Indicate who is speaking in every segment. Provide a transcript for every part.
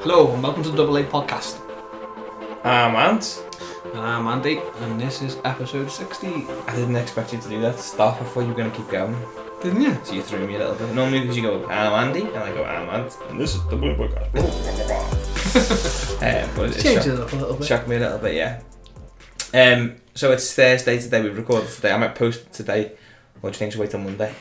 Speaker 1: Hello and welcome to the Double A Podcast.
Speaker 2: Um, Ant,
Speaker 1: I'm Andy and this is episode 60.
Speaker 2: I didn't expect you to do that. Stop before you were going to keep going.
Speaker 1: Didn't you?
Speaker 2: So you threw me a little bit. Normally, because you go, I'm Andy, and I go, I'm Ant, and this is the Blue Podcast. Blah, blah, blah, blah. uh, but it
Speaker 1: Change
Speaker 2: shocked,
Speaker 1: it up a little bit.
Speaker 2: shocked me a little bit, yeah. Um, so it's Thursday today. We've recorded today. I might post it today. What do you think? Should wait till Monday?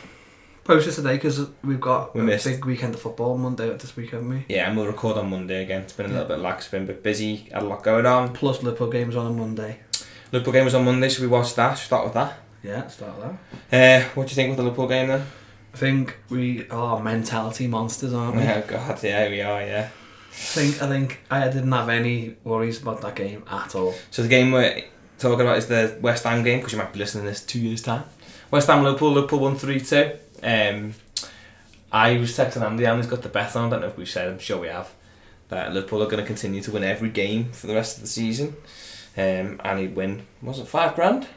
Speaker 1: Post it today because we've got
Speaker 2: We
Speaker 1: a
Speaker 2: missed.
Speaker 1: big weekend of football Monday this week, haven't we?
Speaker 2: Yeah, and we'll record on Monday again. It's been a little bit lax. Been a bit busy. Had a lot going on.
Speaker 1: Plus Liverpool games on a Monday.
Speaker 2: Liverpool game was on Monday, so we watched that. Should we Start with that.
Speaker 1: Yeah, start that.
Speaker 2: Uh, what do you think with the Liverpool game then?
Speaker 1: I think we are mentality monsters, aren't we?
Speaker 2: Oh God, yeah, we are, yeah.
Speaker 1: I think I think I didn't have any worries about that game at all.
Speaker 2: So the game we're talking about is the West Ham game because you might be listening to this two years time. West Ham Liverpool Liverpool one three two. Um, I was texting Andy. Andy's got the bet on. I don't know if we've said. I'm sure we have. That Liverpool are going to continue to win every game for the rest of the season. Um, and he'd win. Was it five grand?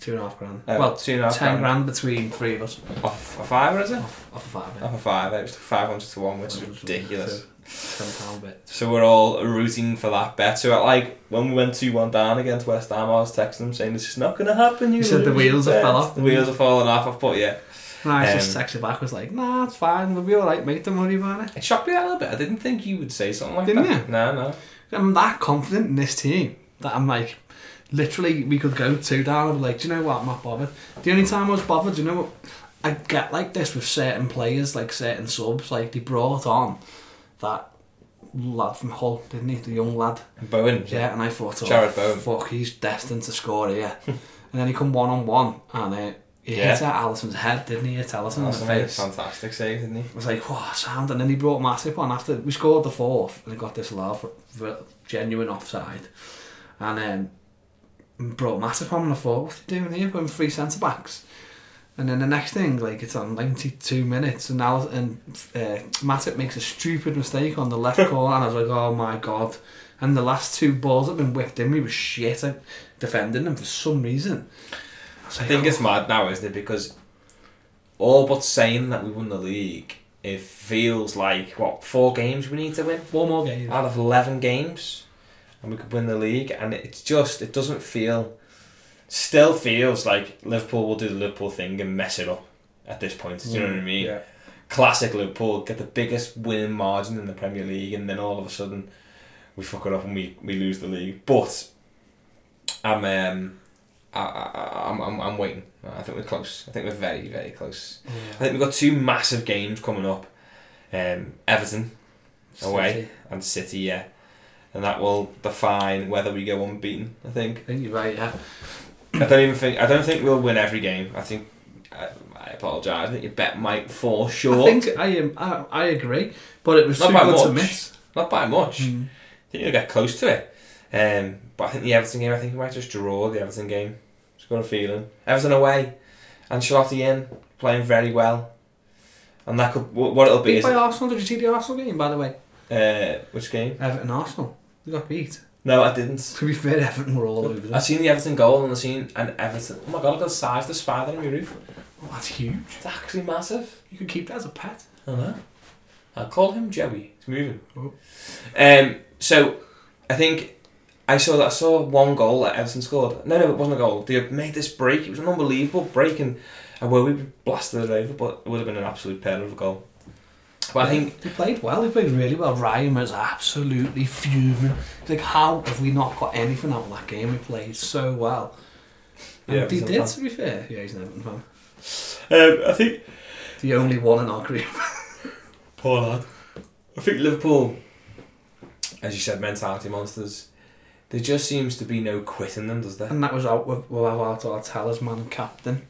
Speaker 1: Two and a half grand.
Speaker 2: Uh,
Speaker 1: well,
Speaker 2: two and a half
Speaker 1: ten grand between three of us.
Speaker 2: off a fiver, is it?
Speaker 1: Off, off a five. yeah.
Speaker 2: Off a five. It was five hundred to one, which is Oh, ridiculous.
Speaker 1: Ten pound bit.
Speaker 2: So we're all rooting for that bet. So uh, like when we went two one down against West Ham, I was texting him saying this is not going to happen. You,
Speaker 1: You said the
Speaker 2: lose
Speaker 1: wheels have
Speaker 2: bet.
Speaker 1: fell off,
Speaker 2: The
Speaker 1: didn't
Speaker 2: wheels are falling off. I've put yeah.
Speaker 1: And I was just
Speaker 2: Um,
Speaker 1: texted back was like, nah, it's fine, we'll be alright, mate, don't worry about it.
Speaker 2: It shocked me a little bit. I didn't think you would say something like
Speaker 1: Didn't
Speaker 2: that. No, no.
Speaker 1: I'm that confident in this team that I'm like, literally, we could go two down and be like, do you know what, I'm not bothered. The only time I was bothered, do you know what, I get like this with certain players, like certain subs, like they brought on that lad from Hull, didn't he? The young lad.
Speaker 2: And Bowen.
Speaker 1: Yeah, and I thought, oh,
Speaker 2: Jared Bowen.
Speaker 1: fuck, he's destined to score here. and then he come one on one and uh, he
Speaker 2: Yeah.
Speaker 1: hit at Allison's head, didn't he? Hit Allison in the
Speaker 2: That's made a
Speaker 1: face.
Speaker 2: fantastic save, didn't he?
Speaker 1: I was like, wow, sound. And then he brought Matip on after we scored the fourth and he got this laugh for, for genuine offside. And um, brought Matip on and I thought, what's he doing here? Putting three centre backs. And then the next thing, like it's on 92 minutes, and now and uh, Matip makes a stupid mistake on the left corner, and I was like, oh my god. And the last two balls that have been whipped in, we were shit at defending them for some reason. I, was
Speaker 2: I
Speaker 1: like, "Oh,
Speaker 2: think it's mad now, isn't it? Because all but saying that we won the league, it feels like what four games we need to win
Speaker 1: one more game.
Speaker 2: out of eleven games, and we could win the league. And it's just it doesn't feel, still feels like Liverpool will do the Liverpool thing and mess it up. At this point, do you know what I mean?
Speaker 1: Mm, Yeah.
Speaker 2: classic Liverpool get the biggest winning margin in the Premier League, and then all of a sudden we fuck it up and we, we lose the league. But I'm um I, I, I'm, I'm I'm waiting. I think we're close. I think we're very very close. I think we've got two massive games coming up. Um, Everton away and City, yeah, and that will define whether we go unbeaten. I think.
Speaker 1: I think you're right, yeah.
Speaker 2: I don't even think. I don't think we'll win every game. I think. I, I apologise. I think your bet might fall short.
Speaker 1: I think I am. I, I agree, but it was
Speaker 2: Not
Speaker 1: too
Speaker 2: by
Speaker 1: good to
Speaker 2: much. Mm.
Speaker 1: miss.
Speaker 2: Not by much.
Speaker 1: Hmm.
Speaker 2: I think you'll get close to it. Um, but I think the Everton game, I think we might just draw the Everton game. Just got a feeling. Everton away, Ancelotti in, playing very well. And that could wh- what it'll be
Speaker 1: Beat
Speaker 2: is
Speaker 1: by Arsenal. Did you see the Arsenal game, by the way?
Speaker 2: uh, which game?
Speaker 1: Everton Arsenal. They got beat.
Speaker 2: No, I didn't.
Speaker 1: To be fair, Everton were all over
Speaker 2: I
Speaker 1: them.
Speaker 2: seen the Everton goal and I seen an Everton. Oh my god! Look at the size of the spider in my roof.
Speaker 1: Oh, that's huge.
Speaker 2: It's actually massive.
Speaker 1: You could keep that as a pet.
Speaker 2: I know. Oh, I call him Joey. He's moving.
Speaker 1: Oh.
Speaker 2: Um. So, I think I saw that. I saw one goal that Everton scored. No, no, it wasn't a goal. They had made this break. It was an unbelievable break, and and well, we blasted it over, but it would have been an absolute pair of a goal. But I think
Speaker 1: they played well. They played really well. Ryan was absolutely fuming. He's like, how have we not got anything out of that game? We played so well. And
Speaker 2: Yeah,
Speaker 1: they
Speaker 2: Everton
Speaker 1: did.
Speaker 2: fan.
Speaker 1: To be fair, yeah, he's an Everton fan.
Speaker 2: um, I think
Speaker 1: The only one in our group.
Speaker 2: Poor lad. I think Liverpool, as you said, mentality monsters. There just seems to be no quit in them, does there?
Speaker 1: and that was out with, without our talisman and captain.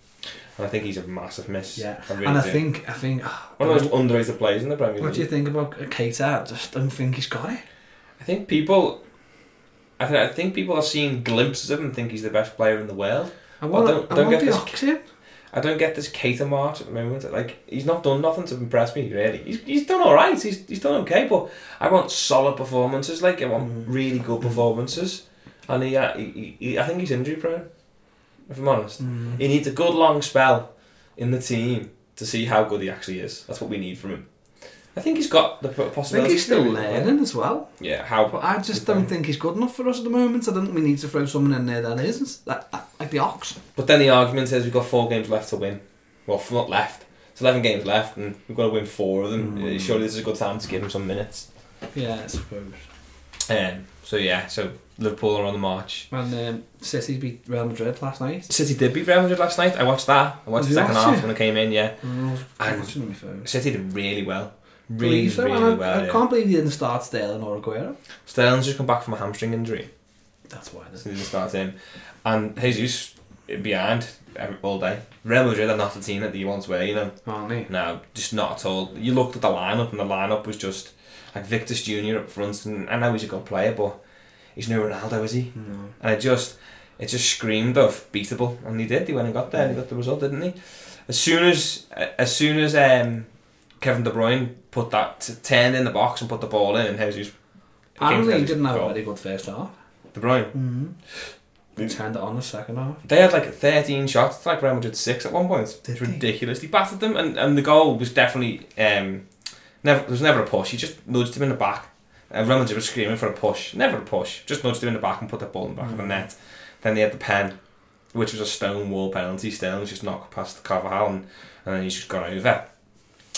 Speaker 2: And I think he's a massive miss.
Speaker 1: Yeah.
Speaker 2: I really
Speaker 1: and I
Speaker 2: do.
Speaker 1: think, I think.
Speaker 2: one of the most underrated players in the Premier League.
Speaker 1: What do you think about Keita? I just don't think he's got it.
Speaker 2: I think people, I, th- I think people are seeing glimpses of him. and Think he's the best player in the world.
Speaker 1: I want,
Speaker 2: don't-
Speaker 1: I
Speaker 2: don't
Speaker 1: want
Speaker 2: get
Speaker 1: the
Speaker 2: this-
Speaker 1: oxygen.
Speaker 2: I don't get this Cater march at the moment. Like he's not done nothing to impress me really. He's, he's done all right. He's, he's done okay, but I want solid performances. Like I want
Speaker 1: Mm.
Speaker 2: really good performances. And he, uh, he, he, he- I think he's injury prone. If I'm honest,
Speaker 1: Mm.
Speaker 2: he needs a good long spell in the team to see how good he actually is. That's what we need from him. I think he's got the p-
Speaker 1: I think
Speaker 2: possibility.
Speaker 1: he's still
Speaker 2: to-
Speaker 1: learning as well.
Speaker 2: Yeah, how?
Speaker 1: But I just
Speaker 2: Okay.
Speaker 1: don't think he's good enough for us at the moment. I don't think we need to throw someone in there that isn't. That, that, like the Ox.
Speaker 2: But then the argument is we've got four games left to win. Well, f- not left. It's eleven games left, and we've got to win four of them.
Speaker 1: Mm.
Speaker 2: Uh, Surely this is a good time to give him some minutes.
Speaker 1: Yeah, I suppose.
Speaker 2: Um, so yeah, so Liverpool are on the march.
Speaker 1: And um, City beat Real Madrid last night.
Speaker 2: City did beat Real Madrid last night. I watched that. I watched
Speaker 1: Have
Speaker 2: the
Speaker 1: you
Speaker 2: second
Speaker 1: watched
Speaker 2: half
Speaker 1: it?
Speaker 2: when I came in. Yeah,
Speaker 1: I was
Speaker 2: And-
Speaker 1: watching on my phone.
Speaker 2: City did really well. Really,
Speaker 1: Believe so, and I,
Speaker 2: really well.
Speaker 1: I
Speaker 2: yeah.
Speaker 1: can't believe he didn't start Sterling or Aguero.
Speaker 2: Sterling's just come back from a hamstring injury.
Speaker 1: That's why.
Speaker 2: So they didn't start him. And Jesus behind every, all day. Real Madrid are not the team that they once were, you know.
Speaker 1: Aren't he?
Speaker 2: No, just not at all. You looked at the lineup and the lineup was just like Victor's Junior up front and I know he's a good player but he's no Ronaldo, is he?
Speaker 1: No.
Speaker 2: And it just it just screamed of beatable and they did, they went and got there, they got the result, didn't they? As soon as as soon as um, Kevin De Bruyne put that turned in the box and put the ball in and Jesus
Speaker 1: Apparently, he
Speaker 2: Jesus
Speaker 1: didn't have a
Speaker 2: goal.
Speaker 1: very good first half.
Speaker 2: De Bruyne
Speaker 1: Mm-hmm.
Speaker 2: Did-
Speaker 1: Turned it on the second half.
Speaker 2: They had like 13 shots, like Real Madrid 6 at one point.
Speaker 1: Did
Speaker 2: It's
Speaker 1: they?
Speaker 2: ridiculous. They battered them, and, and the goal was definitely. Um, never, there was never a push. He just nudged him in the back. Uh, Real Madrid was screaming for a push. Never a push. Just nudged him in the back and put the ball in the back of the
Speaker 1: Mm.
Speaker 2: net. Then they had the pen, which was a stone wall penalty. Sterling's just knocked past Carvajal, and, and then he's just gone over.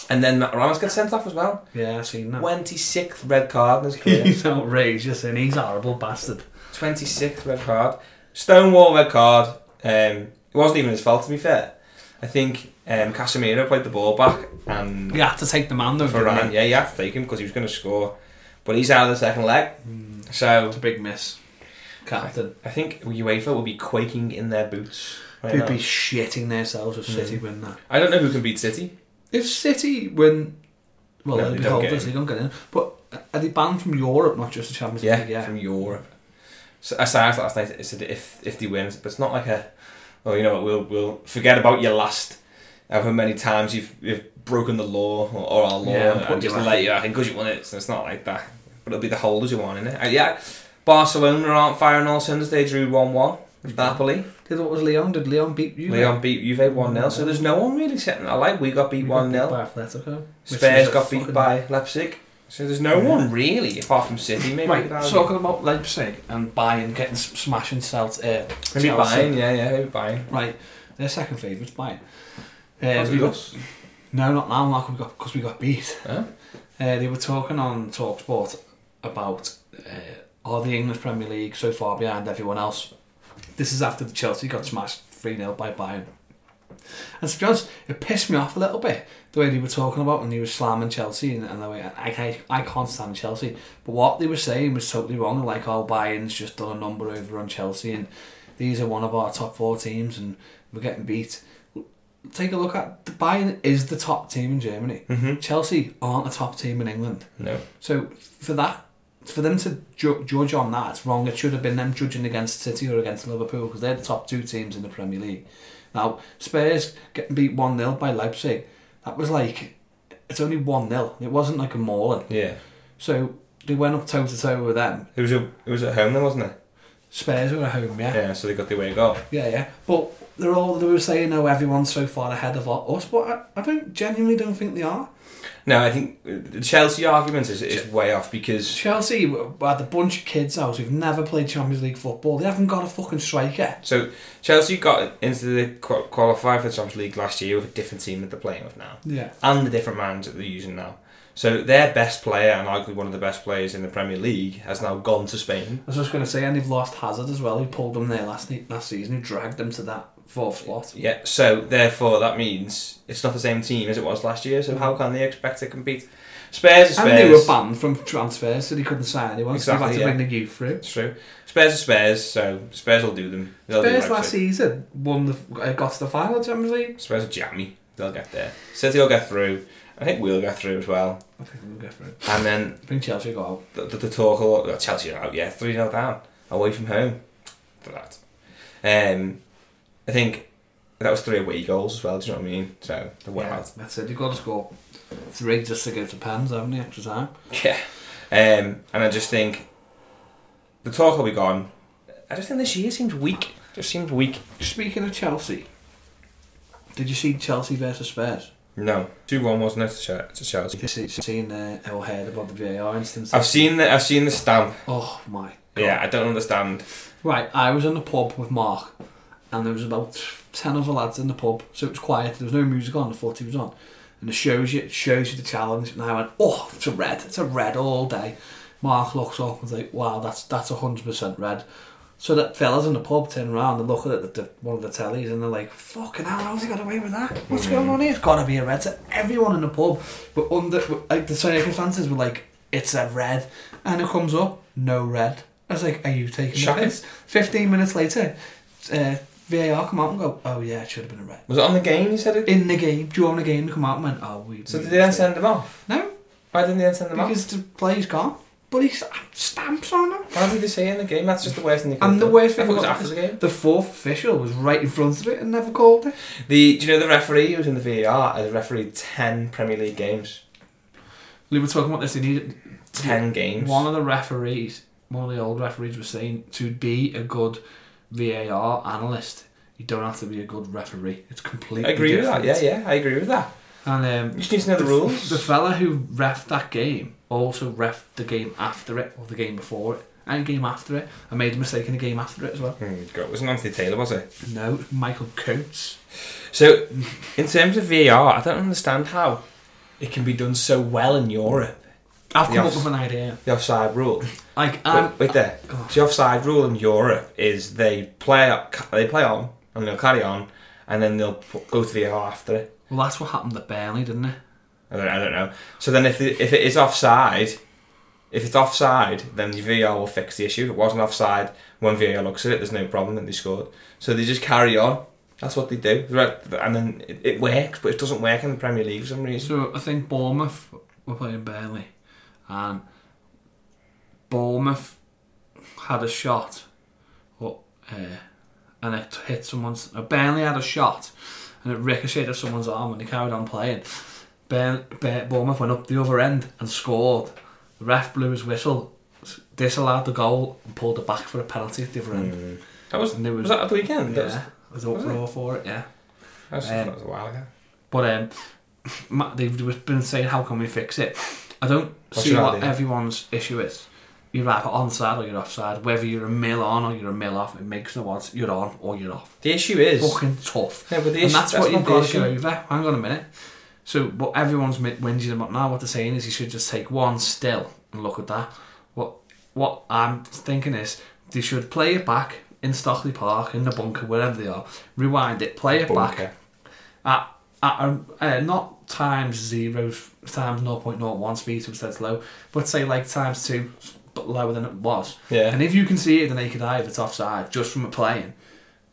Speaker 2: And then Matt Ramos got sent off as well.
Speaker 1: Yeah, I've seen that.
Speaker 2: 26th red card in his career.
Speaker 1: He's outrageous and he's a horrible bastard.
Speaker 2: 26th red card. Stonewall red card. Um, it wasn't even his fault, to be fair. I think um, Casemiro played the ball back and
Speaker 1: He had to take the man though.
Speaker 2: Varane,
Speaker 1: didn't
Speaker 2: yeah, you have to take him because he was going to score. But he's out of the second leg.
Speaker 1: he? Mm.
Speaker 2: So
Speaker 1: It's a big miss. Captain.
Speaker 2: I think UEFA will be quaking in their boots. right Mm.
Speaker 1: They'd
Speaker 2: now.
Speaker 1: be shitting themselves if City win that.
Speaker 2: I don't know who can beat City.
Speaker 1: If City win, well,
Speaker 2: No,
Speaker 1: they'll
Speaker 2: they
Speaker 1: be
Speaker 2: don't get
Speaker 1: holders.
Speaker 2: in.
Speaker 1: They don't get in. But are they banned from Europe, not just the Champions
Speaker 2: Yeah,
Speaker 1: League? Yeah.
Speaker 2: from Europe. So I said last night, I said if if they win, but it's not like a, oh, you know what, we'll we'll forget about your last, however many times you've you've broken the law or, or our law,
Speaker 1: Yeah, and
Speaker 2: and,
Speaker 1: put you
Speaker 2: just
Speaker 1: back.
Speaker 2: let you back in because you won it. So it's not like that. But it'll be the holders who aren't in it. Uh, yeah, Barcelona aren't firing all cylinders. They drew one one. with Napoli,
Speaker 1: Did what was Leon? Did Leon beat you?
Speaker 2: Leon beat Juve one 0 So there's no one really sitting. I like we got beat one 0
Speaker 1: By Atletico. which is
Speaker 2: Spurs
Speaker 1: a
Speaker 2: got beat
Speaker 1: fucking-
Speaker 2: by Leipzig. So there's no
Speaker 1: Yeah.
Speaker 2: one really apart from City. Maybe
Speaker 1: Right,
Speaker 2: that-
Speaker 1: talking about Leipzig and Bayern getting s- smashing Celt. Uh, Chelsea.
Speaker 2: maybe Bayern. Yeah, yeah, maybe Bayern.
Speaker 1: Right, their second favourites Bayern.
Speaker 2: That's
Speaker 1: we got,
Speaker 2: us.
Speaker 1: no, not now, Mark, we got because we got beat.
Speaker 2: Huh?
Speaker 1: Uh, they were talking on Talksport about uh, are the English Premier League so far behind everyone else? This is after the Chelsea got smashed 3 0 by Bayern. And to be honest, it pissed me off a little bit the way they were talking about and they were slamming Chelsea and, and the way I, I, I can't stand Chelsea. But what they were saying was totally wrong. Like, oh, Bayern's just done a number over on Chelsea and these are one of our top four teams and we're getting beat. Take a look at the Bayern is the top team in Germany.
Speaker 2: Mhm.
Speaker 1: Chelsea aren't a top team in England.
Speaker 2: No.
Speaker 1: So for that, for them to ju- judge on that, it's wrong. It should have been them judging against City or against Liverpool because they're the top two teams in the Premier League. Now Spurs getting beat one 0 by Leipzig, that was like it's only one 0 It wasn't like a mauling.
Speaker 2: Yeah.
Speaker 1: So they went up toe to toe with them.
Speaker 2: It was a, it was at home then, wasn't it?
Speaker 1: Spurs were at home, yeah.
Speaker 2: Yeah. So they got the away goal.
Speaker 1: Yeah, yeah. But they're all they were saying, oh, everyone's so far ahead of us. But I, I don't genuinely don't think they are.
Speaker 2: No, I think uh, the Chelsea argument is, is way off because
Speaker 1: Chelsea w- had a bunch of kids out who've never played Champions League football. They haven't got a fucking striker.
Speaker 2: so Chelsea got into the qual- qualify for the Champions League last year with a different team that they're playing with now
Speaker 1: Yeah.
Speaker 2: and the different manager that they're using now. So their best player and arguably one of the best players in the Premier League has now gone to Spain.
Speaker 1: I was just going to say, and they've lost Hazard as well. Who pulled them there last ne- last season? Who dragged them to that fourth spot?
Speaker 2: Yeah. So therefore, that means it's not the same team as it was last year. So how can they expect to compete? Spares is
Speaker 1: Mm. And
Speaker 2: spares.
Speaker 1: they were banned from transfers, so they couldn't sign anyone. so
Speaker 2: Exactly,
Speaker 1: they had to bring the youth through.
Speaker 2: It's true. Spares are spares, so spares will do them. They'll
Speaker 1: Spurs
Speaker 2: do
Speaker 1: last
Speaker 2: Leipzig.
Speaker 1: season won the uh, got to the final of Champions League.
Speaker 2: Spares are jammy. They'll get there. City will get through. I think we'll get through as well.
Speaker 1: I think we'll go for it.
Speaker 2: And then
Speaker 1: I think Chelsea got out.
Speaker 2: the, the, the talk a lot. oh, Chelsea are out, yeah, 3 0 down. Away from home. For that. Um, I think that was three away goals as well, do you know what I mean? So, the way out.
Speaker 1: that's it. You've got to score three just to go to pens, haven't you? Extra time.
Speaker 2: Yeah. Um, and I just think the talk will be gone. I just think this year seems weak. Just seems weak.
Speaker 1: Speaking of Chelsea, did you see Chelsea versus Spurs?
Speaker 2: No, two one wasn't it to, Chel- to Chelsea?
Speaker 1: Have you seen uh, or heard about the VAR instance?
Speaker 2: I've seen the I've seen the stamp.
Speaker 1: Oh my god.
Speaker 2: Yeah, I don't understand.
Speaker 1: Right, I was in the pub with Mark, and there was about ten other lads in the pub, so it was quiet. There was no music on. The footy was on, and it shows you, it shows you the challenge. And I went, oh, it's a red. It's a red all day. Mark looks up and like, wow, that's that's hundred percent red. So that fellas in the pub turn around and look at it, the, the, one of the tellies, and they're like, "Fucking hell, how's he got away with that? What's going on here? It's got to be a red." So everyone in the pub, but under like the circumstances were like, "It's a red," and it comes up, no red. I was like, "Are you taking
Speaker 2: Shocking.
Speaker 1: the piss?" Fifteen minutes later, uh, VAR come out and go, "Oh yeah, it should have been a red."
Speaker 2: Was it on the game? You said it.
Speaker 1: In the game, during the game, they come out and went, "Oh, we."
Speaker 2: So
Speaker 1: we-
Speaker 2: did they then send them off?
Speaker 1: No,
Speaker 2: Why didn't they then send them off?
Speaker 1: because the play's gone, but he stamps on him.
Speaker 2: Why did they say in the game? That's just the worst thing. They could
Speaker 1: And
Speaker 2: have
Speaker 1: the
Speaker 2: done.
Speaker 1: worst
Speaker 2: I
Speaker 1: thing
Speaker 2: thought it was
Speaker 1: about
Speaker 2: after the game.
Speaker 1: The fourth official was right in front of it and never called it.
Speaker 2: The do you know the referee who was in Uh, the VAR? Has refereed ten Premier League games.
Speaker 1: We were talking about this. They needed
Speaker 2: Ten games.
Speaker 1: one of the referees, one of the old referees, was saying to be a good VAR analyst, you don't have to be a good referee. It's
Speaker 2: I
Speaker 1: completely.
Speaker 2: agree with that.
Speaker 1: different.
Speaker 2: Yeah, yeah, I agree with that.
Speaker 1: And
Speaker 2: You
Speaker 1: um,
Speaker 2: just need to know the rules.
Speaker 1: the fella who ref that game also ref the game after it, or the game before it, and game after it. I made a mistake in the game after it as well.
Speaker 2: Hmm, God, it wasn't Anthony Taylor, was it?
Speaker 1: No, it was Michael Coates.
Speaker 2: So, in terms of VAR, I don't understand how it can be done so well in Europe.
Speaker 1: I've come
Speaker 2: Yes.
Speaker 1: up with an idea.
Speaker 2: The offside rule.
Speaker 1: Like, um,
Speaker 2: wait, wait there.
Speaker 1: God.
Speaker 2: The offside rule in Europe is they play they play on and they'll carry on and then they'll pu- go to VAR after it.
Speaker 1: well, that's what happened to Burnley, didn't it?
Speaker 2: I don't, I don't know. So then if the, if it is offside, if it's offside, then the VAR will fix the issue. If it wasn't offside, when VAR looks at it, there's no problem that they scored. So they just carry on. That's what they do. Right, And then it, it works, but it doesn't work in the Premier League for some reason.
Speaker 1: So I think Bournemouth were playing Burnley, and Bournemouth had a shot, or, uh, and it hit someone's. Uh, Burnley had a shot, and it ricocheted off someone's arm, and they carried on playing. Burn, Bur- Bournemouth went up the other end and scored. The ref blew his whistle, s- disallowed the goal, and pulled it back for a penalty at the other end.
Speaker 2: That was,
Speaker 1: And there was,
Speaker 2: was that at the weekend? That was,
Speaker 1: Hmm. yeah, was uproar for it, yeah.
Speaker 2: that was,
Speaker 1: Um,
Speaker 2: that was a while ago.
Speaker 1: But um, Ma- they've been saying, how can we fix it? I don't
Speaker 2: What's
Speaker 1: see
Speaker 2: your
Speaker 1: what
Speaker 2: idea?
Speaker 1: everyone's issue is. You're either onside or you're offside. Whether you're a mill on or you're a mill off, it makes no odds. You're on or you're off.
Speaker 2: The issue is.
Speaker 1: Fucking tough.
Speaker 2: No, but
Speaker 1: and
Speaker 2: the issue,
Speaker 1: that's, what you've
Speaker 2: not
Speaker 1: got
Speaker 2: the
Speaker 1: to get
Speaker 2: issue.
Speaker 1: over. Hang on a minute. So what everyone's mi- whinging about now, what they're saying is you should just take one still and look at that. What what I'm thinking is they should play it back in Stockley Park, in the bunker, wherever they are. Rewind it, play it back,
Speaker 2: Bunker.
Speaker 1: at, at um, uh, not times zero times 0.01 speed so it's low but say like times two but lower than it was
Speaker 2: Yeah.
Speaker 1: and if you can see it with the naked eye if it's offside just from it playing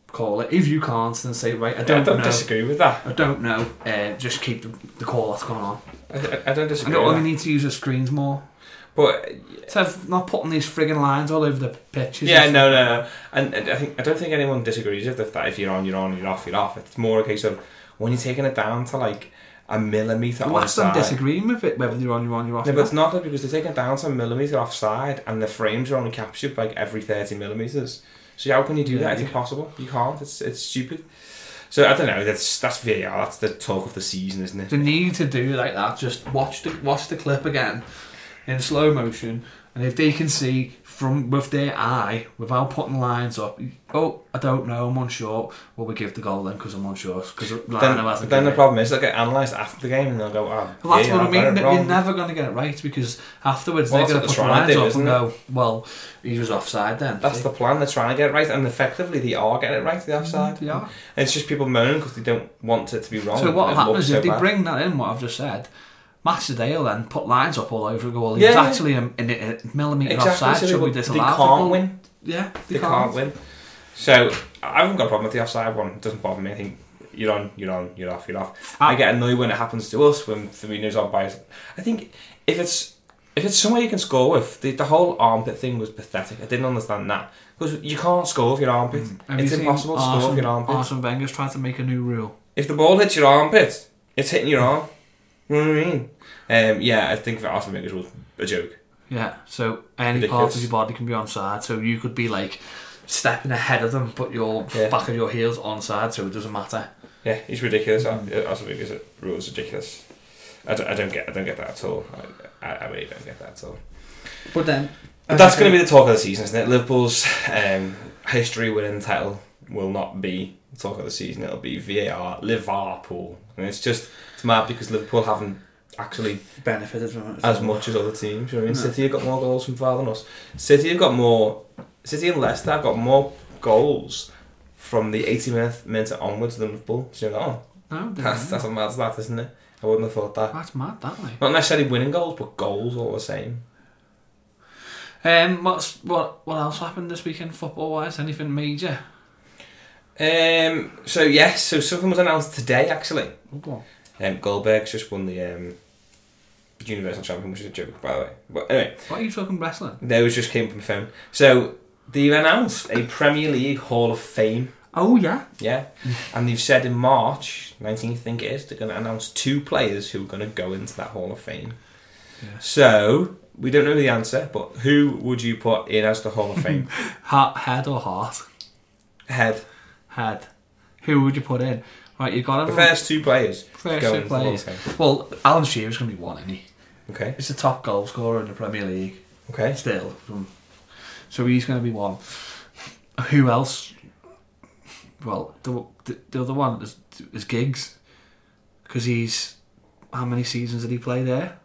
Speaker 1: call it if you can't then say right I
Speaker 2: I don't,
Speaker 1: don't, know
Speaker 2: disagree with that.
Speaker 1: I don't know uh, just keep the, the call that's going on
Speaker 2: I, I- I don't
Speaker 1: I
Speaker 2: disagree
Speaker 1: don't
Speaker 2: with
Speaker 1: only
Speaker 2: that.
Speaker 1: need to use the screens more
Speaker 2: But
Speaker 1: so I've not putting these frigging lines all over the pitches
Speaker 2: yeah, no, no, no. And, and I think I don't think anyone disagrees with that. If you're on, you're on. You're off, you're off. It's more a case of when you're taking it down to like a millimeter
Speaker 1: what's them
Speaker 2: offside.
Speaker 1: disagreeing with it whether you're on you're on you're off
Speaker 2: No, but it's not that because they're taking it down to a millimeter offside, and the frames are only captured like every thirty millimeters. So how can you do
Speaker 1: Yeah,
Speaker 2: that? It's
Speaker 1: you-
Speaker 2: impossible. You can't. It's it's stupid. So I don't know. That's that's VAR. That's the talk of the season, isn't it?
Speaker 1: the need to do like that. Just watch the watch the clip again in slow motion, and if they can see from with their eye without putting lines up, oh, I don't know, I'm unsure. Well, we give the goal then because I'm unsure because
Speaker 2: Then,
Speaker 1: Lino hasn't.
Speaker 2: then the
Speaker 1: given it.
Speaker 2: problem is they'll get analysed after the game and they'll go, oh,
Speaker 1: Well, that's
Speaker 2: VAR,
Speaker 1: what I
Speaker 2: got it
Speaker 1: mean. You're
Speaker 2: wrong."
Speaker 1: never going to get it right because afterwards
Speaker 2: Well,
Speaker 1: they're going to
Speaker 2: that's
Speaker 1: put the
Speaker 2: what they're trying
Speaker 1: lines
Speaker 2: to do,
Speaker 1: up
Speaker 2: isn't
Speaker 1: and go,
Speaker 2: it?
Speaker 1: "Well, he was offside then."
Speaker 2: That's the plan. They're trying to get it right, and effectively they are getting it right. The offside.
Speaker 1: yeah.
Speaker 2: And it's just people moaning because they don't want it to be wrong.
Speaker 1: Mm-hmm. So what
Speaker 2: Oh, It
Speaker 1: happens
Speaker 2: looks
Speaker 1: is
Speaker 2: so
Speaker 1: if they
Speaker 2: bad.
Speaker 1: bring that in, what I've just said, Master Dale then put lines up all over and go, well, he
Speaker 2: Yeah,
Speaker 1: was
Speaker 2: yeah.
Speaker 1: actually a, in a, a millimetre
Speaker 2: exactly,
Speaker 1: offside,
Speaker 2: so they,
Speaker 1: should we
Speaker 2: will- they
Speaker 1: disallow
Speaker 2: can't
Speaker 1: the goal?
Speaker 2: win.
Speaker 1: Yeah,
Speaker 2: They, can't. win. So I haven't got a problem with the offside one. It doesn't bother me. I think you're on, you're on, you're off, you're off.
Speaker 1: Ah.
Speaker 2: I get annoyed when it happens to us when Firmino's on by. us. I think if it's if it's somewhere you can score with, the, the whole armpit thing was pathetic. I didn't understand that because you can't score with your armpit.
Speaker 1: Mm. Have
Speaker 2: It's
Speaker 1: you seen
Speaker 2: impossible to score
Speaker 1: Arsene-
Speaker 2: with your armpit.
Speaker 1: Arsene Wenger's trying to make a new rule.
Speaker 2: If the ball hits your armpit, it's hitting your arm. You know what I mean? Um, yeah, I think for Arsene Wenger's was a joke.
Speaker 1: Yeah, so any part
Speaker 2: Ridiculous.
Speaker 1: of your body can be onside, so you could be like stepping ahead of them, but your
Speaker 2: Yeah.
Speaker 1: back of your heels onside, so it doesn't matter.
Speaker 2: Yeah, he's ridiculous. I, I also think his rules ridiculous. I don't, I don't get I don't get that at all. I, I, I really don't get that at all.
Speaker 1: But then.
Speaker 2: But that's going to be the talk of the season, isn't it? Liverpool's um, history winning title will not be the talk of the season. It'll be VAR Liverpool, and it's just it's mad because Liverpool haven't actually
Speaker 1: be benefited from it.
Speaker 2: as much as other teams. You know what I mean?
Speaker 1: No.
Speaker 2: City have got more goals from VAR than us. City have got more. City and Leicester have got more goals from the 80 minute minute onwards than Liverpool. Do you know that? one?
Speaker 1: No,
Speaker 2: That's that's a mad stat, isn't it? I wouldn't have thought that.
Speaker 1: that's mad, that way.
Speaker 2: Not necessarily winning goals, but goals all the same.
Speaker 1: Um, what's what? What else happened this weekend football wise? Anything major?
Speaker 2: Um, so yes, so something was announced today actually.
Speaker 1: Football.
Speaker 2: Um, Goldberg's just won the um, Universal Champion, which is a joke by the way. But anyway,
Speaker 1: What are you talking wrestling?
Speaker 2: those just came from phone. So they've announced a Premier League Hall of Fame.
Speaker 1: Oh yeah.
Speaker 2: Yeah, and they've said in March 19th, I think it is, they're going to announce two players who are going to go into that Hall of Fame.
Speaker 1: Yeah.
Speaker 2: So we don't know the answer, but who would you put in as the Hall of Fame?
Speaker 1: Heart, head or heart?
Speaker 2: Head.
Speaker 1: Head. Who would you put in? Right, you got
Speaker 2: The
Speaker 1: him.
Speaker 2: first two players.
Speaker 1: First
Speaker 2: go
Speaker 1: two
Speaker 2: into the Hall of
Speaker 1: players.
Speaker 2: Fame.
Speaker 1: Well, Alan Shearer's going to be one, isn't he?
Speaker 2: Okay.
Speaker 1: He's the top goal scorer in the Premier League
Speaker 2: Okay.
Speaker 1: still. From, so he's going to be one. Who else? Well, the the, the other one is is Giggs, because he's how many seasons did he play there?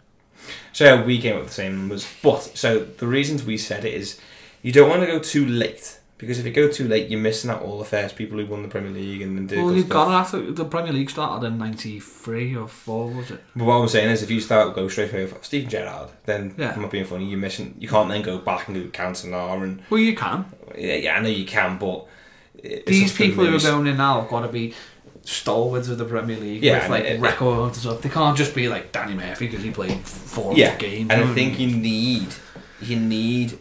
Speaker 2: So we came up with the same numbers, but so the reasons we said it is you don't want to go too late because if you go too late, you're missing out all the first people who won the Premier League and then did
Speaker 1: well,
Speaker 2: good
Speaker 1: you've
Speaker 2: stuff.
Speaker 1: gone after the Premier League started in '93 or four, was it?
Speaker 2: But what I'm saying is, if you start go straight away with Stephen Gerrard, then
Speaker 1: Yeah.
Speaker 2: I'm not being funny. You're missing. You can't then go back and do Cantona and
Speaker 1: Well, you can.
Speaker 2: yeah, yeah, I know you can, but it's
Speaker 1: These
Speaker 2: something
Speaker 1: people who are
Speaker 2: really-
Speaker 1: going in now have got to be stalwarts of the Premier League
Speaker 2: Yeah,
Speaker 1: with
Speaker 2: and
Speaker 1: like
Speaker 2: it-
Speaker 1: records and stuff. They can't just be like Danny Murphy because he played four
Speaker 2: yeah,
Speaker 1: games.
Speaker 2: and
Speaker 1: you know
Speaker 2: I
Speaker 1: what
Speaker 2: think
Speaker 1: mean?
Speaker 2: you need you need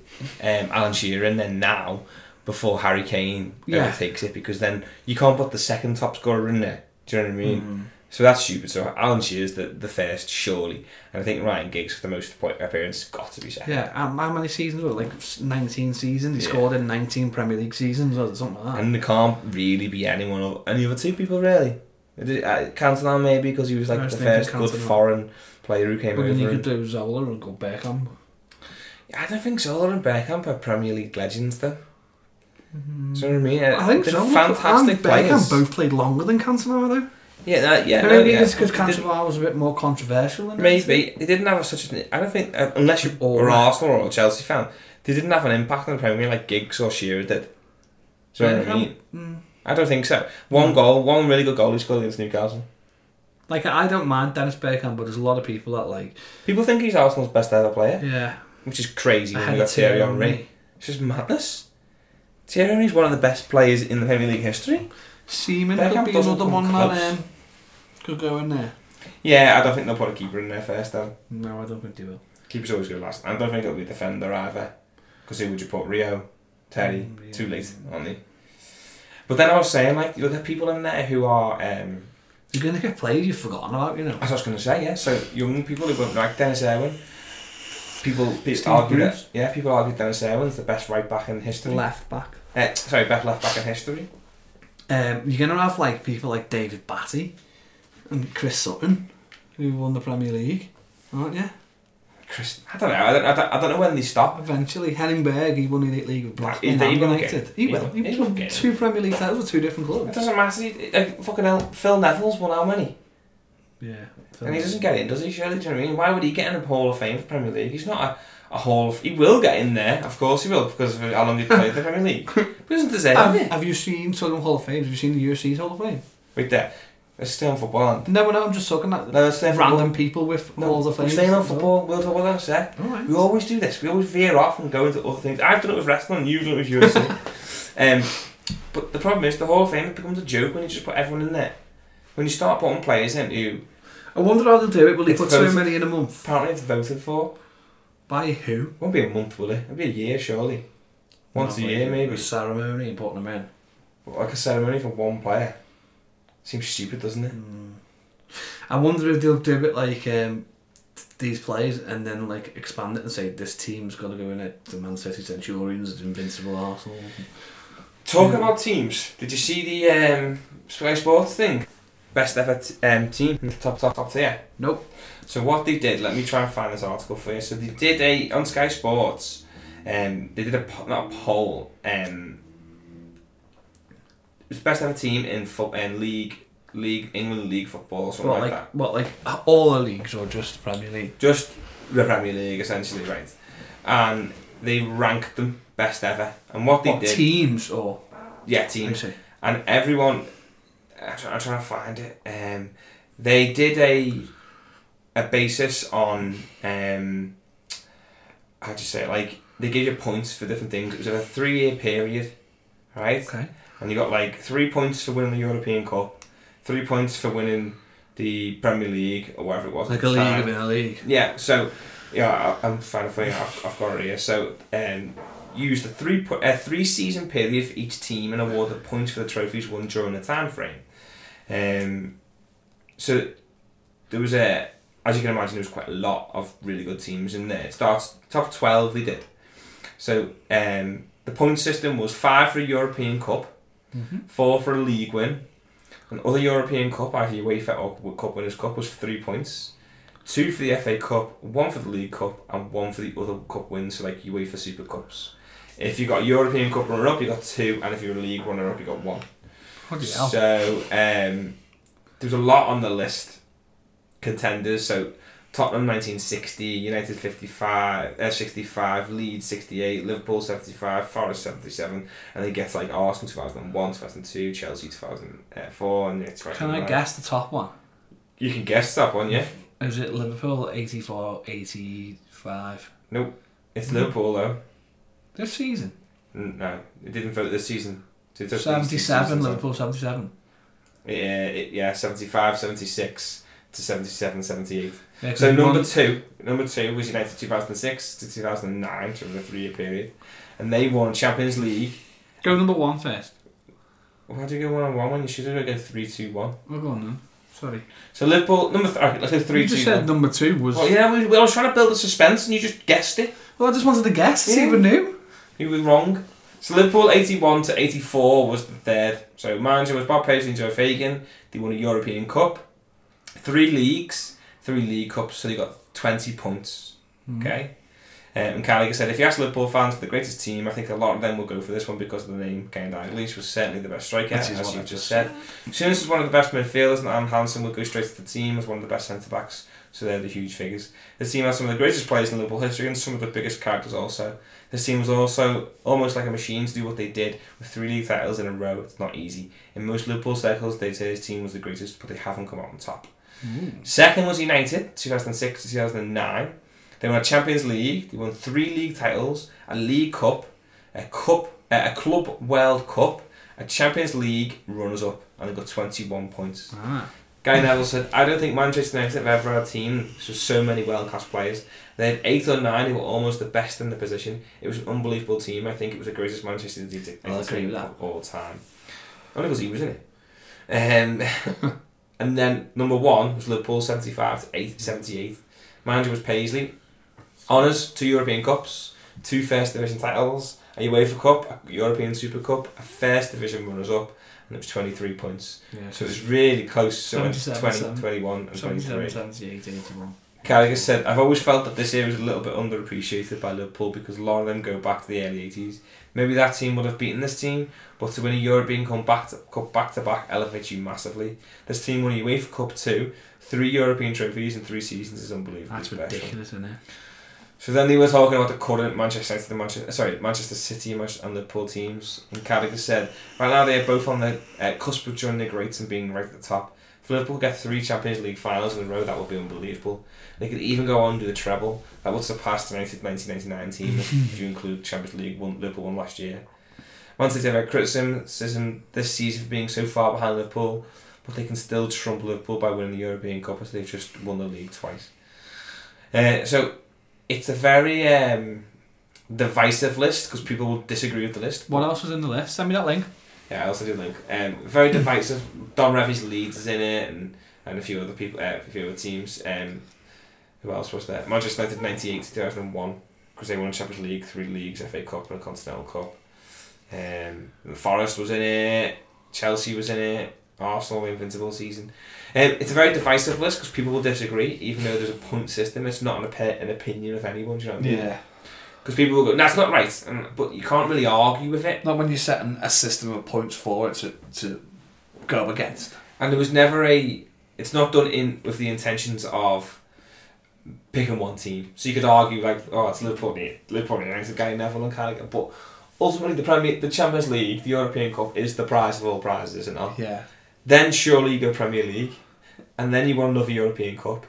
Speaker 2: um, Alan Shearer in there now before Harry Kane
Speaker 1: Yeah.
Speaker 2: overtakes it because then you can't put the second top scorer in there. Do you know what I mean?
Speaker 1: Mm-hmm.
Speaker 2: So that's stupid. So Alan Shearer's the, the first, surely, and I think Ryan Giggs for the most point appearance got to be second.
Speaker 1: yeah, and how many seasons were it? like s- nineteen seasons? He
Speaker 2: Yeah.
Speaker 1: scored in nineteen Premier League seasons or something like that.
Speaker 2: And there can't really be anyone of any other two people really. It is- uh, Cantona maybe because he was like
Speaker 1: I was
Speaker 2: the
Speaker 1: thinking
Speaker 2: first good
Speaker 1: Cantona.
Speaker 2: foreign player who came
Speaker 1: But then
Speaker 2: over.
Speaker 1: you
Speaker 2: and-
Speaker 1: could do Zola and go Beckham.
Speaker 2: I don't think Zola and Beckham are Premier League legends, though. Do you know what I mean?
Speaker 1: I think
Speaker 2: Mm-hmm. They're
Speaker 1: Zola
Speaker 2: fantastic
Speaker 1: and Beckham
Speaker 2: players.
Speaker 1: both played longer than Cantona though.
Speaker 2: Yeah, no, yeah, no,
Speaker 1: Maybe
Speaker 2: yeah.
Speaker 1: it's because
Speaker 2: They didn't-
Speaker 1: Cantona was a bit more controversial. Than
Speaker 2: Maybe they didn't have such an. I don't think uh, unless you
Speaker 1: Or-
Speaker 2: were an Arsenal or a Chelsea fan, they didn't have an impact on the Premier League like Giggs or Shearer did. Do you know what I
Speaker 1: Beckham?
Speaker 2: mean?
Speaker 1: Mm.
Speaker 2: I don't think so. One
Speaker 1: Mm.
Speaker 2: goal, one really good goal he scored against Newcastle.
Speaker 1: Like I don't mind Dennis Beckham, but there's a lot of people that like
Speaker 2: People think he's Arsenal's best ever player,
Speaker 1: yeah.
Speaker 2: which is crazy when
Speaker 1: ahead
Speaker 2: you
Speaker 1: of
Speaker 2: got Thierry
Speaker 1: Thierry
Speaker 2: Henry.
Speaker 1: Henry.
Speaker 2: It's just madness. Thierry Henry's one of the best players in the Premier League history.
Speaker 1: Seaman
Speaker 2: Beckham
Speaker 1: could be
Speaker 2: doesn't
Speaker 1: another
Speaker 2: come
Speaker 1: one
Speaker 2: close.
Speaker 1: that um, could go in there.
Speaker 2: Yeah, I don't think they'll put a keeper in there first though.
Speaker 1: No, I don't think they will.
Speaker 2: Keeper's always going last. I don't think it'll be a defender either. Because who would you put? Rio, Terry,
Speaker 1: Mm, Rio.
Speaker 2: too late, aren't they? But then I was saying, like, you look at people in there who are. Um,
Speaker 1: You're going to get players you've forgotten about, you know.
Speaker 2: as I was going to say, yeah. So young people who won't like Dennis Irwin. People,
Speaker 1: Steve
Speaker 2: people argue
Speaker 1: Bruce.
Speaker 2: that, yeah, people argue Dennis Irwin's the best right back in history.
Speaker 1: Left back.
Speaker 2: Eh, sorry, best left back in history.
Speaker 1: Um, you're going to have like people like David Batty and Chris Sutton, who won the Premier League, aren't you?
Speaker 2: Chris, I don't know. I don't, I don't, I don't know when they stop.
Speaker 1: Eventually, Henningberg, he won the Elite League with Blackburn
Speaker 2: He- he
Speaker 1: and
Speaker 2: will get
Speaker 1: United.
Speaker 2: it.
Speaker 1: He
Speaker 2: He
Speaker 1: will.
Speaker 2: will.
Speaker 1: He,
Speaker 2: He will
Speaker 1: won
Speaker 2: get it.
Speaker 1: two Premier League titles with two different
Speaker 2: It
Speaker 1: clubs.
Speaker 2: doesn't matter. he- Like, fucking hell, Phil Neville's won how many?
Speaker 1: Yeah.
Speaker 2: And he doesn't get in, does he? Surely, do you know what I mean? Why would he get in a Hall of Fame for Premier League? He's not a, a Hall of... He will get in there, of course he will, because of how long he played in the Premier League. But he doesn't deserve
Speaker 1: Have,
Speaker 2: it.
Speaker 1: have you seen Southern Hall of Fame? Have you seen the UFC's Hall of Fame?
Speaker 2: Right there. Let's stay on football. aren't
Speaker 1: No, no, I'm just talking at
Speaker 2: we? No, let's stay on
Speaker 1: random
Speaker 2: football.
Speaker 1: people with
Speaker 2: No,
Speaker 1: Halls of Fame.
Speaker 2: we're staying on football. We'll talk about that in a sec.
Speaker 1: All right.
Speaker 2: We always do this. We always veer off and go into other things. I've done it with wrestling, you've done it with UFC. um, but the problem is, the Hall of Fame becomes a joke when you just put everyone in there. When you start putting players in who
Speaker 1: I wonder how they'll do it. Will he
Speaker 2: It's
Speaker 1: put so
Speaker 2: voted.
Speaker 1: many in a month?
Speaker 2: apparently have voted for,
Speaker 1: By who?
Speaker 2: Won't be a month, will it? It'll be a year, surely. Once a year, maybe.
Speaker 1: ceremony and putting them
Speaker 2: Like a ceremony for one player. Seems stupid, doesn't it?
Speaker 1: in. Hmm. I wonder if they'll do it like um, these players and then like expand it and say this team's got to go in it. The Man City Centurions, the Invincible Arsenal. Hmm.
Speaker 2: Talking about teams, did you see the um, Sky Sports thing? best ever t- um, team in the top top top tier.
Speaker 1: Nope.
Speaker 2: So what they did, let me try and find this article for you. So they did a on Sky Sports, um, they did a po- not a poll. Um, it was best ever team in foot and league league England league football or something
Speaker 1: What
Speaker 2: like
Speaker 1: like
Speaker 2: that.
Speaker 1: what like all the leagues or just Premier League?
Speaker 2: just the Premier League essentially, right? And they ranked them best ever. And what they
Speaker 1: What
Speaker 2: did,
Speaker 1: teams or
Speaker 2: yeah,
Speaker 1: I
Speaker 2: teams.
Speaker 1: see.
Speaker 2: And everyone, I'm trying, I'm trying to find it. Um, they did a a basis on um, how do you say it? Like they gave you points for different things. It was a three year period, right?
Speaker 1: Okay.
Speaker 2: and you got like three points for winning the European Cup, three points for winning the Premier League or whatever it was. at
Speaker 1: Like
Speaker 2: the
Speaker 1: a league
Speaker 2: time.
Speaker 1: within a league.
Speaker 2: Yeah, so yeah, I, I'm fine for you. I've, I've got it here. So um, used a three po- a three season period for each team and awarded points for the trophies won during the time frame. Um, so there was a, as you can imagine, there was quite a lot of really good teams in there. It starts top twelve. They did. So um, the point system was five for a European Cup,
Speaker 1: Mm-hmm.
Speaker 2: four for a league win. And other European Cup, either UEFA or Cup Winners' Cup, was three points. Two for the FA Cup, one for the League Cup, and one for the other cup wins, so like UEFA Super Cups. If you got a European Cup runner up, you got two, and if you're a League runner up, you got one.
Speaker 1: Bloody hell.
Speaker 2: So um, there's a lot on the list contenders. So Tottenham 1960, United 55, uh, 65, Leeds 68, Liverpool 75, Forest 77, and then gets like Arsenal 2001, 2002, Chelsea 2004, and yeah,
Speaker 1: Can I
Speaker 2: 2009.
Speaker 1: guess the top one?
Speaker 2: You can guess that one, yeah.
Speaker 1: Is it Liverpool 84, 85?
Speaker 2: It's
Speaker 1: Mhm.
Speaker 2: Liverpool though.
Speaker 1: This season?
Speaker 2: N- No, it didn't vote this season. So it's up to these two
Speaker 1: 77,
Speaker 2: seasons,
Speaker 1: Liverpool 77.
Speaker 2: Yeah, it, yeah, 75, 76 to 77, 78.
Speaker 1: Yeah, 'cause
Speaker 2: So
Speaker 1: we
Speaker 2: number
Speaker 1: won-
Speaker 2: two, number two was United 2006 to 2009, so it was a three-year period, and they won Champions League.
Speaker 1: Go number one first.
Speaker 2: Why do you go one on one when you should have go three two one?
Speaker 1: We'll go on then. Sorry.
Speaker 2: So Liverpool number th- okay, let's go three
Speaker 1: you just
Speaker 2: two,
Speaker 1: said
Speaker 2: one.
Speaker 1: number two was.
Speaker 2: Well, yeah, we, well, I was trying to build a suspense, and you just guessed it.
Speaker 1: Well, I just wanted to guess, see
Speaker 2: Yeah.
Speaker 1: if we knew.
Speaker 2: You were wrong. So Liverpool 81 to 84 was the third. So manager was Bob Paisley and Joe Fagan. They won a European Cup, three leagues, three League Cups. So they got 20 points.
Speaker 1: Hmm. Mm-hmm.
Speaker 2: Okay. Um, and Carragher said, if you ask Liverpool fans for the greatest team, I think a lot of them will go for this one because of the name Kane Dalglish was certainly the best striker,
Speaker 1: Which
Speaker 2: as
Speaker 1: is what
Speaker 2: you
Speaker 1: I've
Speaker 2: just
Speaker 1: just
Speaker 2: said. Soon is one of the best midfielders, and Anne Hansen would go straight to the team as one of the best centre backs, so they're the huge figures. The team has some of the greatest players in Liverpool history and some of the biggest characters also. This team was also almost like a machine to do what they did with three league titles in a row. It's not easy. In most Liverpool circles, they say this team was the greatest, but they haven't come out on top.
Speaker 1: Mm.
Speaker 2: Second was United, 2006 to 2009. They won a Champions League, they won three league titles, a League Cup, a cup, uh, a Club World Cup, a Champions League runners-up, and they got 21 points.
Speaker 1: Ah.
Speaker 2: Guy Neville said, I don't think Manchester United have ever had a team with so many world-class players. They had eight or nine who were almost the best in the position. It was an unbelievable team. I think it was the greatest Manchester United
Speaker 1: I'll
Speaker 2: United
Speaker 1: agree
Speaker 2: team
Speaker 1: with that.
Speaker 2: of all time. Only because he was in it. Um, and then number one was Liverpool 75 to 8, 78. Manager was Paisley. Honours, two European Cups, two First Division titles, a UEFA Cup, a European Super Cup, a First Division runners up, and it was 23 points.
Speaker 1: Yeah,
Speaker 2: So it was really close. So it's
Speaker 1: 77,
Speaker 2: 20,
Speaker 1: seven.
Speaker 2: 21, and
Speaker 1: 77,
Speaker 2: 23.
Speaker 1: 78, 81.
Speaker 2: Carragher said, I've always felt that this era was a little bit underappreciated by Liverpool because a lot of them go back to the early 80s. Maybe that team would have beaten this team, but to win a European Cup back to, cup back, to back elevates you massively. This team won a UEFA Cup too, three European trophies in three seasons is unbelievable.
Speaker 1: That's ridiculous, isn't it?
Speaker 2: So then they were talking about the current Manchester United, and Manchester, sorry, Manchester City and Manchester- and Liverpool teams. And Carragher said, right now they are both on the uh, cusp of joining the greats and being right at the top. If Liverpool get three Champions League finals in a row, that would be unbelievable. They could even go on and do the treble. That would surpass the United 1999 team if you include Champions League one Liverpool won last year. Man City have had criticism this season for being so far behind Liverpool, but they can still trump Liverpool by winning the European Cup as they've just won the league twice. Uh, so it's a very um, divisive list because people will disagree with the list.
Speaker 1: What else was in the list? Send me that link.
Speaker 2: Yeah, I also did link. Um, very divisive. Don Revie's Leeds is in it, and, and a few other people, uh, a few other teams. Um, who else was there? Manchester United ninety eight to two thousand and one because they won a Champions League, three leagues, FA Cup, and a Continental Cup. Um, the Forest was in it. Chelsea was in it. Arsenal invincible season. Um, it's a very divisive list because people will disagree, even though there's a point system. It's not an, op- an opinion of anyone. Do you know what I mean?
Speaker 3: Yeah.
Speaker 2: Because people will go, "That's not right," and, but you can't really argue with it.
Speaker 3: Not when you're setting a system of points for it to, to go against.
Speaker 2: And there was never a. It's not done in with the intentions of picking one team. So you could argue like, oh, it's Liverpool. yeah, Liverpool it's a guy Neville and Carragher, but ultimately the Premier, the Champions League, the European Cup is the prize of all prizes, is it not?
Speaker 3: Yeah.
Speaker 2: Then surely you go Premier League, and then you won another European Cup,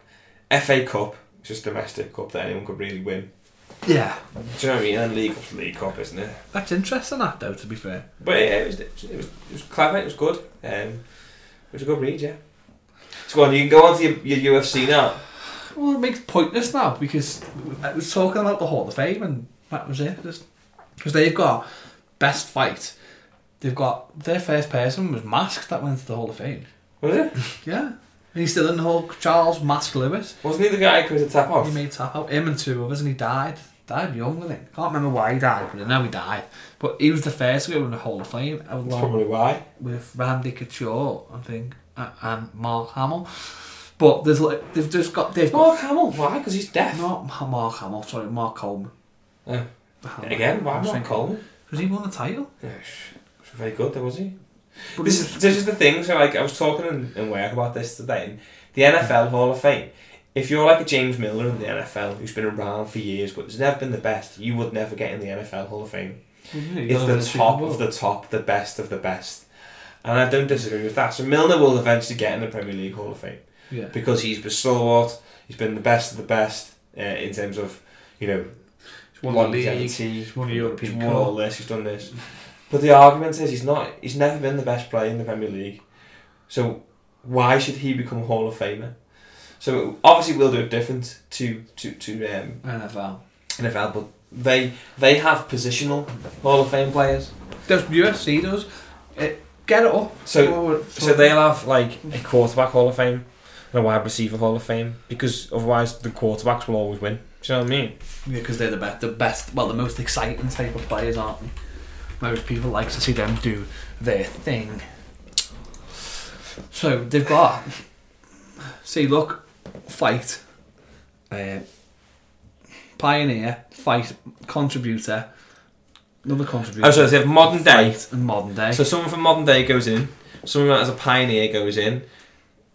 Speaker 2: FA Cup, which is domestic cup that anyone could really win.
Speaker 3: Yeah.
Speaker 2: Do you know what I mean? And then League Cup's the League Cup, isn't it?
Speaker 3: That's interesting, that, though, to be fair.
Speaker 2: But yeah, it was it was, it was clever. It was good. Um, it was a good read. Yeah. So go on. You can go on to your, your UFC now.
Speaker 1: Well, it makes pointless now because I was talking about the Hall of Fame and that was it. Because they've got best fight. They've got their first person was Mask that went to the Hall of Fame.
Speaker 2: Was it?
Speaker 1: Yeah, and he's still in the Hall. Charles Mask Lewis.
Speaker 2: Wasn't he the guy who was a tap
Speaker 1: He
Speaker 2: off?
Speaker 1: made tap out him and two others, and he died. Died young, I think. Can't remember why he died, but I know he died. But he was the first to go in the Hall of Fame
Speaker 2: That's
Speaker 1: along
Speaker 2: probably why.
Speaker 1: with Randy Couture, I think, a- and Mark Hamill. But there's like they've just got they've got
Speaker 2: Mark Hamill. Why? Because he's deaf.
Speaker 1: Not Ma- Mark Hamill, sorry, Mark Coleman.
Speaker 2: Oh. Again, why Mark Coleman?
Speaker 1: Because he won the title.
Speaker 2: Yeah, sh- was very good, though, was he?
Speaker 1: But
Speaker 2: this is this is the thing. So like I was talking in, in work about this today. In the NFL Hall of Fame. If you're like a James Miller in the NFL who's been around for years but has never been the best, you would never get in the NFL Hall of Fame. It's the top of the top, the best of the best. And I don't disagree with that. So Milner will eventually get in the Premier League Hall of Fame
Speaker 1: Yeah.
Speaker 2: because he's been stalwart. He's been the best of the best uh, in terms of you know
Speaker 3: Won the league,
Speaker 2: longevity,
Speaker 3: he's won the European
Speaker 2: he's won all this, he's done this. But the argument is he's not. He's never been the best player in the Premier League. So why should he become Hall of Famer? So obviously we'll do it different to to to um,
Speaker 1: NFL.
Speaker 2: NFL, but they they have positional Hall of Fame players.
Speaker 1: Does UFC does it? Get it up.
Speaker 2: So
Speaker 1: Forward-
Speaker 2: So they'll have like a quarterback Hall of Fame and a wide receiver Hall of Fame because otherwise the quarterbacks will always win. Do you know what I mean?
Speaker 1: Yeah, because they're the best, the best, well, the most exciting type of players, aren't they? Most people like to see them do their thing. So they've got. See, look, fight, uh, pioneer, fight, contributor, another contributor.
Speaker 2: Oh, so they have modern day.
Speaker 1: Fight and modern day.
Speaker 2: So someone from modern day goes in, someone that as a pioneer goes in.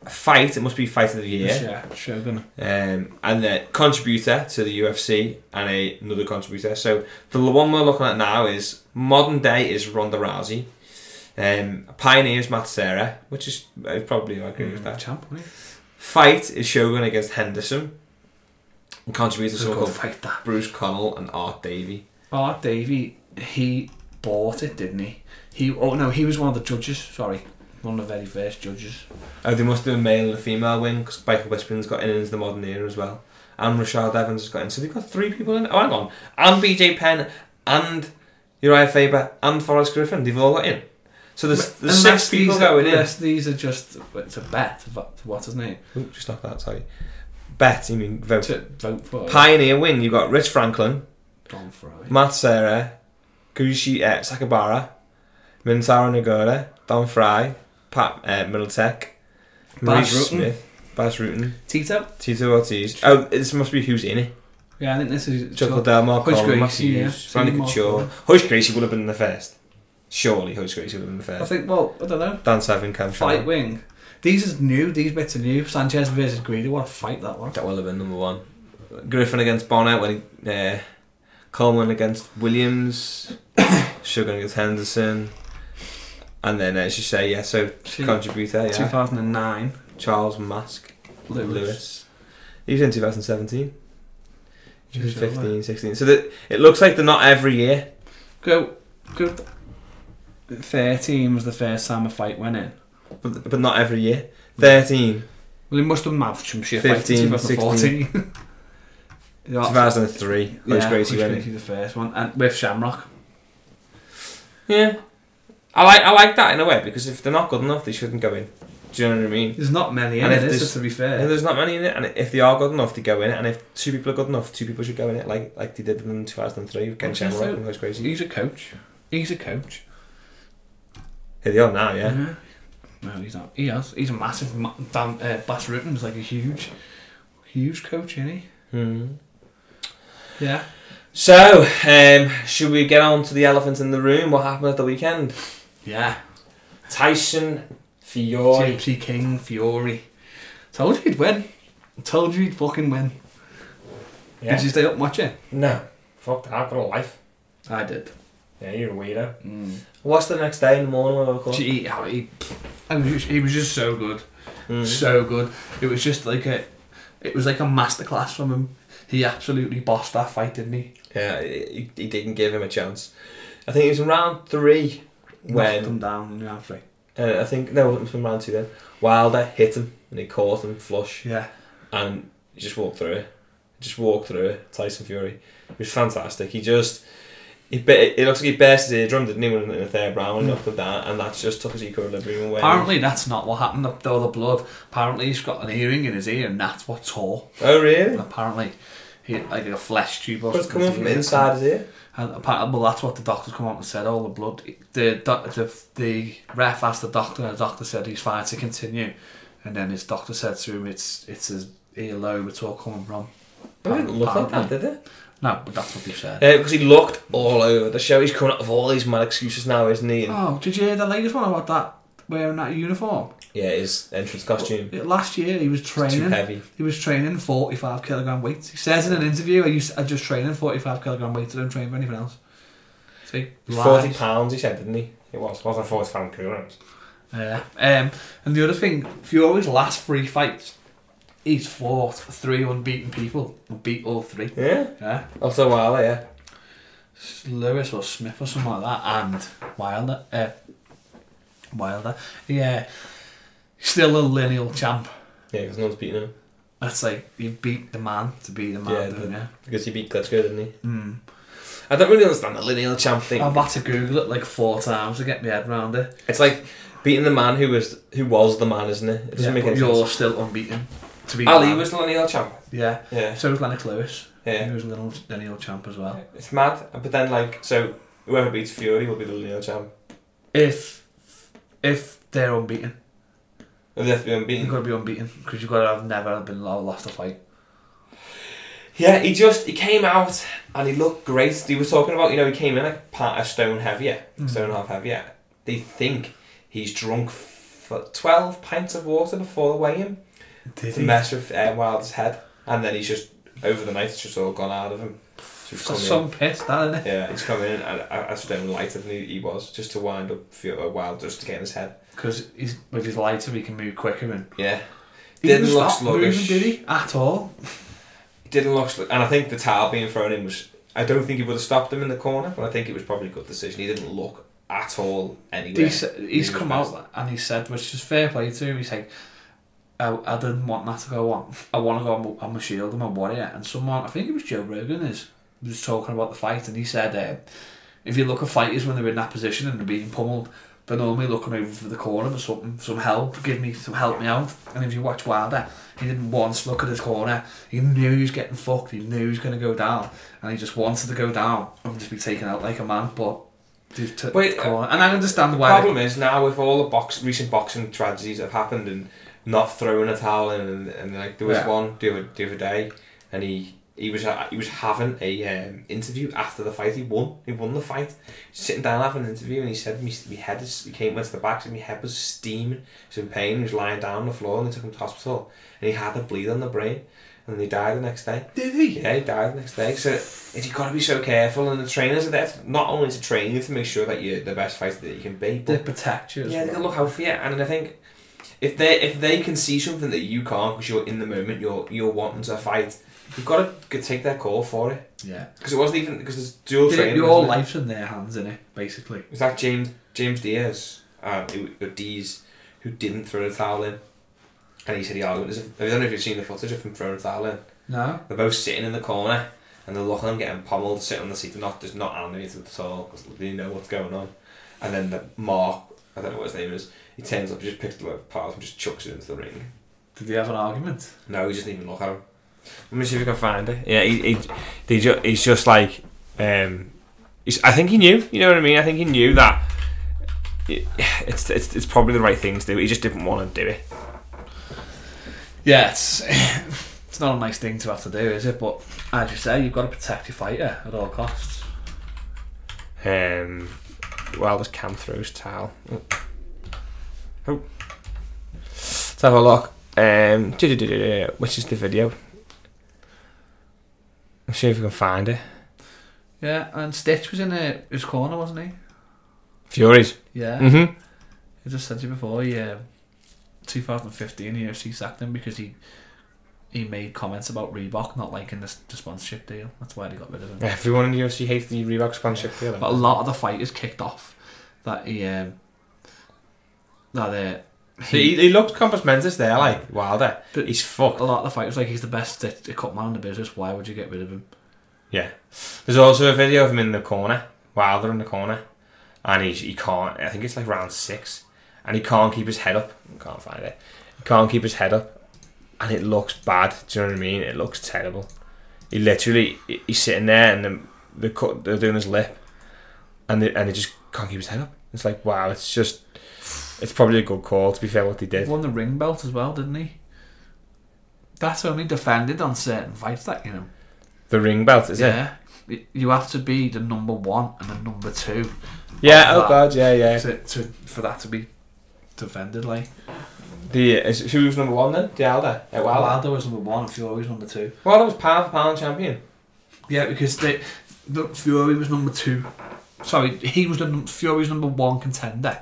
Speaker 2: A fight, it must be fight of the year.
Speaker 1: yeah, sure, gonna.
Speaker 2: Um, and then contributor to the UFC and a, another contributor. So the one we're looking at now is modern day is Ronda Rousey. Um, pioneer is Matt Serra, which is I probably agree with that.
Speaker 1: Champ, won't he?
Speaker 2: Fight is Shogun against Henderson. And contributor
Speaker 1: Just
Speaker 2: someone
Speaker 1: go
Speaker 2: called
Speaker 1: fight that.
Speaker 2: Bruce Connell and Art Davey.
Speaker 1: Art Davey, Oh, he bought it, didn't he? He oh no, he was one of the judges. Sorry, one of the very first judges.
Speaker 2: Oh, they must have a male and a female win because Michael Bisping's got in into the modern era as well. And Rashad Evans has got in. So they've got three people in. Oh, hang on. And BJ Penn and Uriah Faber and Forrest Griffin. They've all got in. So there's, there's six
Speaker 1: Unless
Speaker 2: people
Speaker 1: these are-
Speaker 2: going in.
Speaker 1: Unless these are just it's a bet. What what's his name
Speaker 2: Oop, just knock that, sorry. Bet, you mean vote.
Speaker 1: to vote for?
Speaker 2: Pioneer win. You've got Rich Franklin,
Speaker 1: Don Fry.
Speaker 2: Matt Serra, Gushi uh, Sakabara, Mintaro Nagora, Don Fry, Pat uh, Middletech,
Speaker 1: Baz
Speaker 2: Maurice
Speaker 1: Rutten.
Speaker 2: Smith, Baz Rutten,
Speaker 1: Tito.
Speaker 2: Tito Ortiz. Oh, this must be who's in it.
Speaker 1: Yeah, I think this is
Speaker 2: Chuckle Delmar,
Speaker 1: Hodge
Speaker 2: Colin
Speaker 1: Gracie,
Speaker 2: Matthews,
Speaker 1: yeah.
Speaker 2: Randy
Speaker 1: Seymour
Speaker 2: Couture.
Speaker 1: Hoffman.
Speaker 2: Hodge Gracie would have been the first. Surely Hodge Gracie would have been the
Speaker 1: I
Speaker 2: first.
Speaker 1: think. Well, I don't know.
Speaker 2: Dan Severn, Cam
Speaker 1: Fight
Speaker 2: Shannon.
Speaker 1: wing. These is new. These bits are new. Sanchez versus Greedy. What a fight that one.
Speaker 2: That will have been number one. Griffin against Bonnet when he, uh, Coleman against Williams, Sugar against Henderson, and then as you say, yeah, so
Speaker 1: Hmm. Two-
Speaker 2: contributor, yeah,
Speaker 1: 2009.
Speaker 2: Charles Mask
Speaker 1: Lewis.
Speaker 2: Lewis. He was in 2017. He was 15, 16. So that it looks like they're not every year.
Speaker 1: Go, go. Thirteen was the first time a fight went in.
Speaker 2: But, but not every year. 13,
Speaker 1: Well, he must have mouthed some shit.
Speaker 2: 15,
Speaker 1: 2014. yeah,
Speaker 2: 2003. Lewis
Speaker 1: yeah,
Speaker 2: Gracie
Speaker 1: Coach
Speaker 2: went in.
Speaker 1: Gracie's the first one, and with Shamrock.
Speaker 2: Yeah. I like I like that in a way because if they're not good enough, they shouldn't go in. Do you know what I mean?
Speaker 1: There's not many in
Speaker 2: And
Speaker 1: it,
Speaker 2: if
Speaker 1: is
Speaker 2: there's-
Speaker 1: there, to be
Speaker 2: And
Speaker 1: fair.
Speaker 2: there's not many in it, and if they are good enough, they go in. And if two people are good enough, two people should go in it, like like they did in 2003 with Ken
Speaker 1: What's his
Speaker 2: Shamrock
Speaker 1: name?
Speaker 2: and Host Crazy.
Speaker 1: He's a coach. He's a coach.
Speaker 2: Here they are now, yeah.
Speaker 1: No, he's not. He has. He's a massive. Ma- Dan, uh, Bas Rutten's like a huge, huge coach, isn't he?
Speaker 2: Hmm.
Speaker 1: Yeah.
Speaker 2: So, um, should we get on to the elephant in the room? What happened at the weekend?
Speaker 1: Yeah.
Speaker 2: Tyson Fury.
Speaker 1: Gypsy King, Fury. Told you he'd win. Told you he'd fucking win.
Speaker 2: Yeah.
Speaker 1: Did you stay up and watch it?
Speaker 2: No. Fuck that. I've got a life.
Speaker 1: I did.
Speaker 2: Yeah, you're a weirdo.
Speaker 1: Mm.
Speaker 2: What's the next day in the morning when I woke up?
Speaker 1: Gee, how he, I was just, he was just so good.
Speaker 2: Mm.
Speaker 1: So good. It was just like a. It was like a masterclass from him. He absolutely bossed that fight, didn't he?
Speaker 2: Yeah, he, he didn't give him a chance. I think it was in round three
Speaker 1: Knocked
Speaker 2: when
Speaker 1: him down in the round three.
Speaker 2: uh, I think no, it was in round two then. Wilder hit him and he caught him flush
Speaker 1: Yeah.
Speaker 2: and he just walked through it. Just walked through it. Tyson Fury it was fantastic. He just he bit, it looks like he burst his eardrum, didn't he, in the third round,
Speaker 1: Mm.
Speaker 2: knocked him down, and that just took his equilibrium away.
Speaker 1: Apparently that's not what happened. up All the blood. Apparently he's got an earring in his ear, and that's what tore.
Speaker 2: Oh really?
Speaker 1: And apparently, he like a flesh tube. or
Speaker 2: But it's
Speaker 1: something
Speaker 2: coming
Speaker 1: to
Speaker 2: from
Speaker 1: his ear.
Speaker 2: inside his ear.
Speaker 1: And apparently, well, that's what the doctors come out and said. All the blood. The doc- the the ref asked the doctor, and the doctor said he's fine to continue. And then his doctor said to him, "It's it's his earlobe. It's all coming from."
Speaker 2: But it didn't look like that, did it?
Speaker 1: No, but that's what they said.
Speaker 2: Because he looked all over the show. He's coming up with all these mad excuses now, isn't he? And-
Speaker 1: Oh, did you hear the latest one about that? Wearing that uniform.
Speaker 2: Yeah, his entrance costume.
Speaker 1: Last year he was
Speaker 2: It's too
Speaker 1: training.
Speaker 2: heavy.
Speaker 1: He was training 45 kilogram weights. He says in an interview, I used I just training 45 kilogram weights. I don't train for anything else. See,
Speaker 2: It was Forty
Speaker 1: lies.
Speaker 2: pounds, he said, didn't he? It was. Wasn't forty pound kilograms.
Speaker 1: Yeah. Um, and the other thing, Fury's last three fights, he's fought three unbeaten people. Beat all three.
Speaker 2: Yeah.
Speaker 1: Yeah.
Speaker 2: Also Wilder, yeah.
Speaker 1: Lewis or Smith or something like that, and Wilder. Uh, Wilder. Yeah. Still a lineal champ.
Speaker 2: Yeah, because no one's beating him.
Speaker 1: That's like you beat the man to be the man,
Speaker 2: Yeah,
Speaker 1: don't you?
Speaker 2: Because he beat Klitschko, didn't he?
Speaker 1: Mm.
Speaker 2: I don't really understand the lineal champ thing.
Speaker 1: I've had to Google it like four times to get my head round it.
Speaker 2: it's like beating the man who was who was the man, isn't it? It doesn't
Speaker 1: Yeah,
Speaker 2: make
Speaker 1: but
Speaker 2: any
Speaker 1: you're
Speaker 2: sense.
Speaker 1: still unbeaten. To be
Speaker 2: Ali
Speaker 1: fair.
Speaker 2: was the lineal champ.
Speaker 1: yeah.
Speaker 2: Yeah.
Speaker 1: So was Lennox Lewis.
Speaker 2: Yeah.
Speaker 1: He was a little lineal champ as well.
Speaker 2: It's mad. But then like so whoever beats Fury will be the lineal champ.
Speaker 1: If if they're unbeaten,
Speaker 2: Or they have to be
Speaker 1: you've
Speaker 2: unbeaten.
Speaker 1: got to be unbeaten because you've got to have never been lo- lost a fight.
Speaker 2: Yeah, he just he came out and he looked great. He was talking about you know he came in like part a stone heavier,
Speaker 1: Mm.
Speaker 2: stone and a half heavier. They think he's drunk for twelve pints of water before the weigh-in
Speaker 1: Did
Speaker 2: to mess with uh, Wilder's head, and then he's just over the night it's just all gone out of him. So he's
Speaker 1: That's
Speaker 2: coming
Speaker 1: some piss, that isn't
Speaker 2: in,
Speaker 1: it?
Speaker 2: yeah, he's coming in at a a stone lighter than he, he was just to wind up for a while just to get in his head.
Speaker 1: Because he's with his lighter, he can move quicker and
Speaker 2: Yeah,
Speaker 1: he
Speaker 2: Didn't
Speaker 1: didn't
Speaker 2: look
Speaker 1: stop moving,
Speaker 2: sluggish.
Speaker 1: did he? At all?
Speaker 2: didn't look, sl- and I think the towel being thrown in was. I don't think he would have stopped him in the corner, but I think it was probably a good decision. He didn't look at all anywhere.
Speaker 1: He's, he's
Speaker 2: He
Speaker 1: come
Speaker 2: was
Speaker 1: out and he said, which is fair play to him. He's like, I, I didn't want that to go on. I want to go. on. I'm a shield. I'm a warrior. And someone, I think it was Joe Rogan, is was talking about the fight, and he said, um, if you look at fighters when they're in that position and they're being pummeled, they're normally looking over for the corner for something, some help. Give me some help me out. And if you watch Wilder, he didn't once look at his corner. He knew he was getting fucked. He knew he was going to go down, and he just wanted to go down and just be taken out like a man. But they've took
Speaker 2: But-
Speaker 1: the corner, and I understand
Speaker 2: The
Speaker 1: why. they
Speaker 2: problem is now with all the box recent boxing tragedies that have happened and not throwing a towel in and, and like there was
Speaker 1: Yeah.
Speaker 2: one the other, the other day and he he was uh, he was having a um, interview after the fight he won he won the fight sitting down having an interview and he said me my head is he came went to the back and my head was steaming he was in pain he was lying down on the floor and they took him to hospital and he had a bleed on the brain and he died the next day
Speaker 1: Did he?
Speaker 2: Yeah, he died the next day. So it's, you've got to be so careful, and the trainers are there f- not only to train you to make sure that you're the best fighter that you can be,
Speaker 1: They
Speaker 2: but
Speaker 1: protect you. As
Speaker 2: yeah, they
Speaker 1: well.
Speaker 2: can look out for you. And I think if they if they can see something that you can't because you're in the moment, you're you're wanting to fight, you've got to take their call for it
Speaker 1: yeah.
Speaker 2: because it wasn't even because there's dual
Speaker 1: Your,
Speaker 2: training.
Speaker 1: your whole
Speaker 2: isn't it?
Speaker 1: life's in their hands, innit? Basically.
Speaker 2: It was that James James Diaz, um, who, or Dees, who didn't throw the towel in, and he said he argued. as if- I don't know if you've seen the footage of him throwing the towel in.
Speaker 1: No.
Speaker 2: They're both sitting in the corner and they're looking at them getting pummeled, sitting on the seat. They're not, just not animated at all because they know what's going on. And then the Mark, I don't know what his name is, he turns up, he just picks the load apart and just chucks it into the ring.
Speaker 1: Did they have an argument?
Speaker 2: No, he doesn't even look at him. Let me see if we can find it. Yeah, he, he, they ju- he's just like, um, he's, I think he knew, you know what I mean? I think he knew that it's, it's it's probably the right thing to do. He just didn't want to do it.
Speaker 1: Yeah, it's it's not a nice thing to have to do, is it? But as you say, you've got to protect your fighter at all costs.
Speaker 2: Um, well, there's Cam throws towel. Oh. Oh. Let's have a look. Um, which is the video? Let's see if we can find it.
Speaker 1: Yeah, and Stitch was in uh, his corner, wasn't he?
Speaker 2: Furies.
Speaker 1: Yeah.
Speaker 2: Mm-hmm.
Speaker 1: I just said to you before, uh, yeah, 2015 UFC sacked him because he he made comments about Reebok not liking this, the sponsorship deal. That's why they got rid of him.
Speaker 2: Everyone in the UFC hates the Reebok sponsorship deal.
Speaker 1: But a lot of the fighters kicked off that he um, that uh,
Speaker 2: So he, he looked compass mentis there, like Wilder.
Speaker 1: But-
Speaker 2: he's fucked.
Speaker 1: uh, a lot of the fighters like he's the best stitch- cut man in the business. Why would you get rid of him?
Speaker 2: Yeah. There's also a video of him in the corner, Wilder in the corner, and he's, he can't. I think it's like round six, and he can't keep his head up. Can't find it. He can't keep his head up, and it looks bad. Do you know what I mean? It looks terrible. He literally he- he's sitting there, and then they're, cut, they're doing his lip, and they, and he just can't keep his head up. It's like wow. It's just. It's probably a good call to be fair. What they
Speaker 1: He
Speaker 2: did.
Speaker 1: won the ring belt as well, didn't he? That's only defended on certain fights that you know.
Speaker 2: The ring belt is it?
Speaker 1: yeah. Y- You have to be the number one and the number two
Speaker 2: Yeah.
Speaker 1: Oh,
Speaker 2: Oh
Speaker 1: that-
Speaker 2: god. Yeah. Yeah.
Speaker 1: to, to for that to be defended. Like
Speaker 2: The is, who was number one then? Wilder. Uh, Wilder.
Speaker 1: Wilder was number one and Fury was number two.
Speaker 2: Wilder was pound for pound champion.
Speaker 1: Yeah, because they, the Fury was number two. Sorry, he was the num- Fury's number one contender,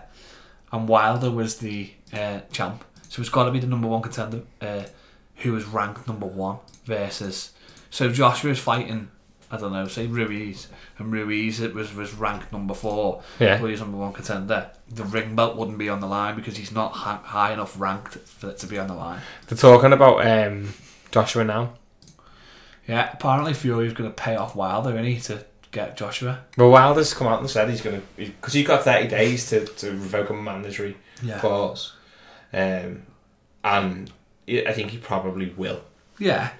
Speaker 1: and Wilder was the uh, champ. So it's got to be the number one contender uh, who was ranked number one versus. So Joshua's fighting. I don't know, say Ruiz, and Ruiz it was was ranked number four.
Speaker 2: Yeah.
Speaker 1: Well, he's number one contender. The ring belt wouldn't be on the line because he's not ha- high enough ranked for it to be on the line.
Speaker 2: They're talking about um, Joshua now.
Speaker 1: Yeah, apparently Fury's going to pay off Wilder, isn't he, to get Joshua?
Speaker 2: But Wilder's come out and said he's going to, because he, has got 30 days to, to revoke a mandatory
Speaker 1: Yeah.
Speaker 2: clause. Um, and he- I think he probably will.
Speaker 1: Yeah.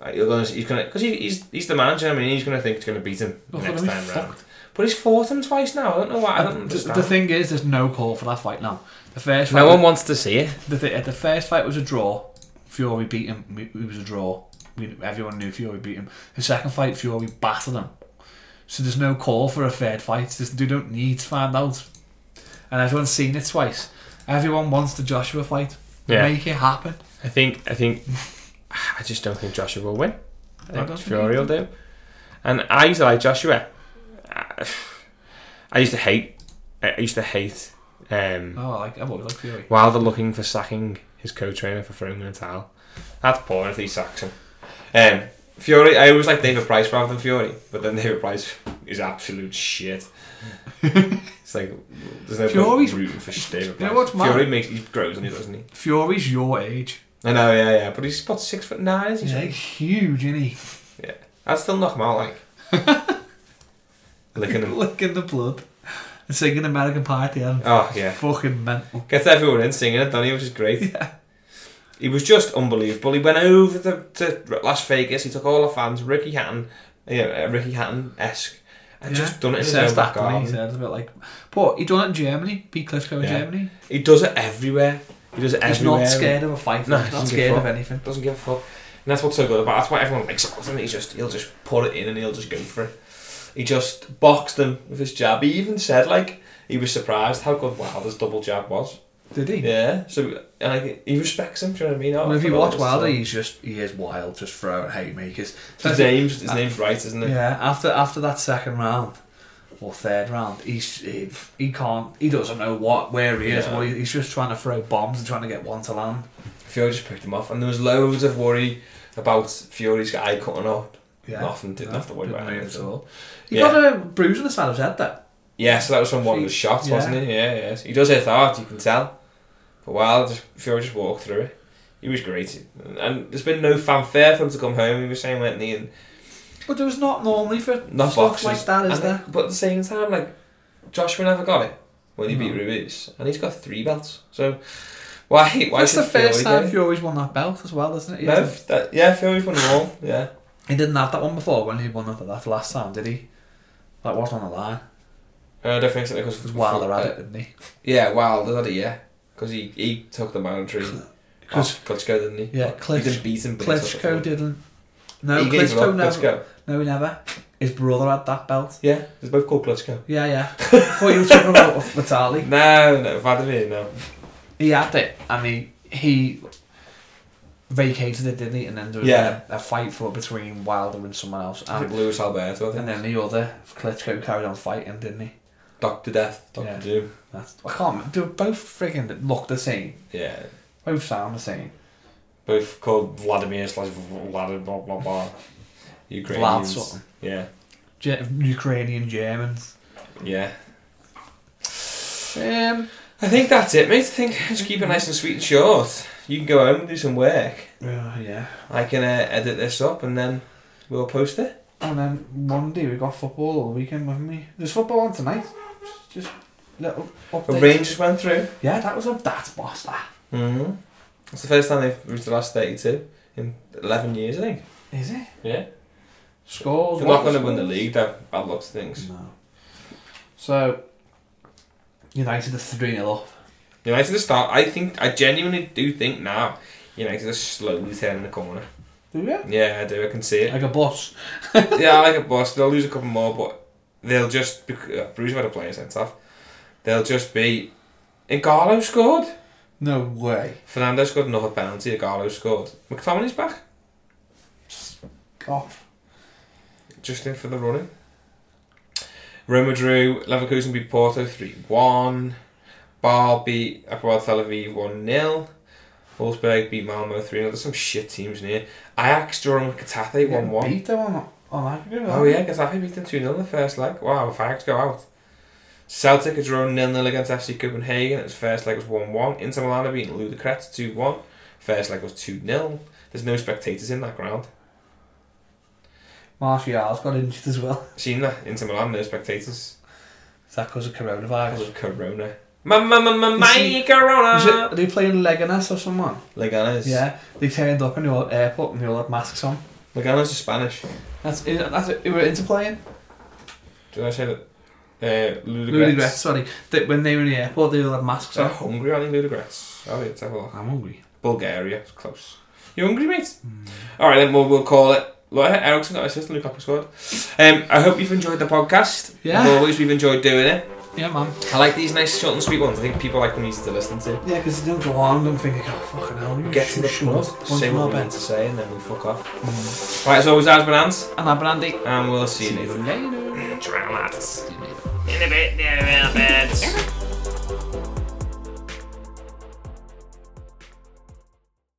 Speaker 2: Uh, He's going to, he's going to, because he, he's he's the manager. I mean, he's going to think he's going to beat him the
Speaker 1: Well,
Speaker 2: next
Speaker 1: then we
Speaker 2: time
Speaker 1: fucked.
Speaker 2: round. But he's fought him twice now. I don't know why. I don't
Speaker 1: And th- the,
Speaker 2: understand.
Speaker 1: thing is, there's no call for that fight now. The first fight,
Speaker 2: no one wants to see it.
Speaker 1: the, thi- the first fight was a draw. Fury beat him. We- It was a draw. We, everyone knew Fury beat him. The second fight, Fury battered him. So there's no call for a third fight. There's, they don't need to find out. And everyone's seen it twice. Everyone wants the Joshua fight.
Speaker 2: Yeah.
Speaker 1: Make it happen.
Speaker 2: I think I think I just don't think Joshua will win. I
Speaker 1: I
Speaker 2: think
Speaker 1: don't think
Speaker 2: Fury
Speaker 1: he
Speaker 2: will do. And I used to like Joshua. I, I used to hate. I used to hate um,
Speaker 1: Oh, I like, I've always liked Fury.
Speaker 2: Wilder looking for sacking his co-trainer for throwing in a towel. That's poor if he sacks him. Um, Fury. I always like David Price rather than Fury, but then David Price is absolute shit. it's like there's no
Speaker 1: Fury's-
Speaker 2: point rooting for David Price.
Speaker 1: You know what's mad?
Speaker 2: Fury makes he grows on you, doesn't he?
Speaker 1: Fury's your age.
Speaker 2: I know, yeah, yeah. But he's about six foot nine, isn't
Speaker 1: He's
Speaker 2: he?
Speaker 1: like huge, isn't he?
Speaker 2: I'd still knock him out, like. Licking him.
Speaker 1: Licking the blood. And singing American Pie at the end.
Speaker 2: Oh, yeah.
Speaker 1: Fucking mental.
Speaker 2: Gets everyone in singing it, Donnie, which is great. Yeah. He was just unbelievable. He went over to, to Las Vegas, he took all the fans, Ricky Hatton, you know, uh, Ricky Hatton esque, and just done it
Speaker 1: he
Speaker 2: in his
Speaker 1: says
Speaker 2: own
Speaker 1: that,
Speaker 2: back
Speaker 1: doesn't he? He
Speaker 2: garden.
Speaker 1: says a bit like, but he done it in Germany, beat Klitschko in
Speaker 2: Yeah.
Speaker 1: Germany.
Speaker 2: He does it everywhere. He does it
Speaker 1: He's
Speaker 2: everywhere.
Speaker 1: not scared of a fight.
Speaker 2: No,
Speaker 1: he's
Speaker 2: he
Speaker 1: not
Speaker 2: doesn't give
Speaker 1: scared
Speaker 2: a
Speaker 1: of
Speaker 2: fuck.
Speaker 1: anything.
Speaker 2: Doesn't give a fuck. And that's what's so good about. That's why everyone likes about him. He's just he'll just put it in and he'll just go for it. He just boxed them with his jab. He even said like he was surprised how good Wilder's double jab was.
Speaker 1: Did he?
Speaker 2: Yeah. So and like he respects him. Do you know what I mean?
Speaker 1: I mean, if you
Speaker 2: forgot
Speaker 1: watch
Speaker 2: his-
Speaker 1: Wilder, he's just he is wild, just throwing haymakers.
Speaker 2: his name's his name's right, isn't it?
Speaker 1: Yeah, after after that second round or third round, he's he, he can't he doesn't know what where he is.
Speaker 2: Yeah.
Speaker 1: Well, he- he's just trying to throw bombs and trying to get one to land.
Speaker 2: Fury just picked him off, and there was loads of worry about Fury's eye cutting up.
Speaker 1: Yeah,
Speaker 2: Nothing. Didn't have to worry
Speaker 1: didn't
Speaker 2: about
Speaker 1: move
Speaker 2: anything.
Speaker 1: at all. He
Speaker 2: Yeah.
Speaker 1: got a bruise on the side of his head. That
Speaker 2: Yeah, so that was from one of the
Speaker 1: See,
Speaker 2: shots,
Speaker 1: yeah.
Speaker 2: wasn't it? Yeah, yeah. He does hit hard, you can tell. But Wilder, just, Fury just walked through it. He was great. And there's been no fanfare for him to come home, he was saying, weren't he? And
Speaker 1: but there was not normally for
Speaker 2: not
Speaker 1: stuff
Speaker 2: boxes.
Speaker 1: like that, is
Speaker 2: And-
Speaker 1: there?
Speaker 2: But at the same time, like, Joshua never got it when he beat
Speaker 1: No.
Speaker 2: Ruiz. And he's got three belts. So, why why
Speaker 1: That's
Speaker 2: should
Speaker 1: the first
Speaker 2: Fury
Speaker 1: time
Speaker 2: get it? E
Speaker 1: Fury's won that belt as well, isn't it? He,
Speaker 2: No,
Speaker 1: hasn't-
Speaker 2: f- that, yeah, Fury's won them all. Yeah.
Speaker 1: he didn't have that one before when he won that, that last time, did he? That wasn't on the line.
Speaker 2: No, Uh, I don't think so. Because
Speaker 1: Because Wilder had it, didn't he?
Speaker 2: Uh, Yeah, Wilder had it. Yeah, because he he took the mandatory.
Speaker 3: Because
Speaker 2: off Klitschko didn't he?
Speaker 1: Yeah,
Speaker 2: Klitschko. He didn't beat him. but he took it
Speaker 1: Oh, Klitschko
Speaker 2: off.
Speaker 1: didn't. No,
Speaker 2: he gave it up,
Speaker 1: Klitschko never.
Speaker 2: Klitschko.
Speaker 1: No, he never. His brother had that belt.
Speaker 2: Yeah, it's both called Klitschko.
Speaker 1: Yeah, yeah. Thought you were talking about Vitali.
Speaker 2: No, no, Vladimir, no.
Speaker 1: He had it, and he he vacated it, didn't he? And then there was
Speaker 2: Yeah.
Speaker 1: a, a fight for between Wilder and someone else,
Speaker 2: I think
Speaker 1: and,
Speaker 2: Luis Alberto, I think.
Speaker 1: Ah. and then the other Klitschko carried on fighting, didn't he?
Speaker 2: Doctor Death, Doctor
Speaker 1: Yeah.
Speaker 2: Doom.
Speaker 1: That's, I can't. remember. They were both frigging look the same.
Speaker 2: Yeah.
Speaker 1: Both sound the same.
Speaker 2: Both called Vladimir slash Vlad blah blah blah.
Speaker 1: Vlad
Speaker 2: Ukrainians.
Speaker 1: something.
Speaker 2: Yeah.
Speaker 1: Ge- Ukrainian Germans.
Speaker 2: Yeah.
Speaker 1: Um,
Speaker 2: I think that's it, mate. I think just keep it nice and sweet and short. You can go home and do some work.
Speaker 1: uh, yeah.
Speaker 2: I can uh, edit this up and then we'll post it.
Speaker 1: And then Monday we got football all weekend, haven't we? There's football on tonight. Just little
Speaker 2: The
Speaker 1: update.
Speaker 2: Rangers went through.
Speaker 1: Yeah, that was a that's boss that.
Speaker 2: Mm-hmm. It's the first time they've reached the last 32 in 11 years, I think.
Speaker 1: Is it?
Speaker 2: Yeah.
Speaker 1: Scores.
Speaker 2: They're not
Speaker 1: what
Speaker 2: going to win the
Speaker 1: scores?
Speaker 2: league, though. Bad luck to things.
Speaker 1: No. So United are three 0 up.
Speaker 2: United are start. I think I genuinely do think now United are slowly turning the corner.
Speaker 1: Do you?
Speaker 2: Yeah, I do. I can see it.
Speaker 1: Like a bus.
Speaker 2: yeah, I like it, boss. They'll lose a couple more, but they'll just. bec- Uh, Bruce had a player sent off. They'll just be. Igalo scored.
Speaker 1: No way.
Speaker 2: Fernando scored another penalty. Igalo scored. McTominay's back.
Speaker 1: Off.
Speaker 2: Just in for the running. Roma drew. Leverkusen beat Porto 3 1. Bar beat Apoel Tel Aviv 1 0. Wolfsburg beat Malmo 3 0. There's some shit teams in here. Ajax drawing with Cathay 1 1.
Speaker 1: Beat them on on aggregate.
Speaker 2: Oh yeah, Getafe beat them 2 0 in the first leg. Wow, if Ajax go out. Celtic had drawn 0 0 against FC Copenhagen. Its first leg was 1 1. Inter Milan had beaten Ludacret 2 1. First leg was 2 0. There's no spectators in that ground.
Speaker 1: Martial's got injured as well.
Speaker 2: Seen that? Inter Milan, no spectators.
Speaker 1: Is that because of
Speaker 2: Because
Speaker 1: coronavirus?
Speaker 2: of Corona. Ma ma ma ma
Speaker 1: Is
Speaker 2: my
Speaker 1: he- Is it,
Speaker 2: Corona!
Speaker 1: are they playing Leganes or someone?
Speaker 2: Leganes.
Speaker 1: Uh, Yeah, they turned up in the old airport and they all had masks on.
Speaker 2: Leganes is Spanish.
Speaker 1: That's that's it. They were into playing.
Speaker 2: Did I say that? Uh,
Speaker 1: Ludicrous,
Speaker 2: Ludacret.
Speaker 1: sorry. That when they were in the airport, they all had masks
Speaker 2: So
Speaker 1: on.
Speaker 2: hungry, aren't you, Ludacret? Oh, yeah, let's have a look.
Speaker 1: I'm hungry.
Speaker 2: Bulgaria. It's close. You hungry, mate?
Speaker 1: Hmm.
Speaker 2: All right, then we'll, we'll call it. Look, Ericsson got assist in Lukaku squad. Um, I hope you've enjoyed the podcast.
Speaker 1: Yeah.
Speaker 2: As always, we've enjoyed doing it.
Speaker 1: Yeah, man.
Speaker 2: I like these nice, short and sweet ones. I think people like them easy to listen to.
Speaker 1: Yeah, because they don't go on. Don't think, oh fucking hell. You
Speaker 2: Get to the
Speaker 1: sh-
Speaker 2: pub,
Speaker 1: shut up.
Speaker 2: say
Speaker 1: Want
Speaker 2: what
Speaker 1: more
Speaker 2: we meant
Speaker 1: bits.
Speaker 2: to say, and then we fuck off. Right, as always, I've been Ant,
Speaker 1: And I'm Brandy.
Speaker 2: and we'll see you later.
Speaker 1: later.
Speaker 2: Drown lads.
Speaker 4: In a bit, there, in a bit.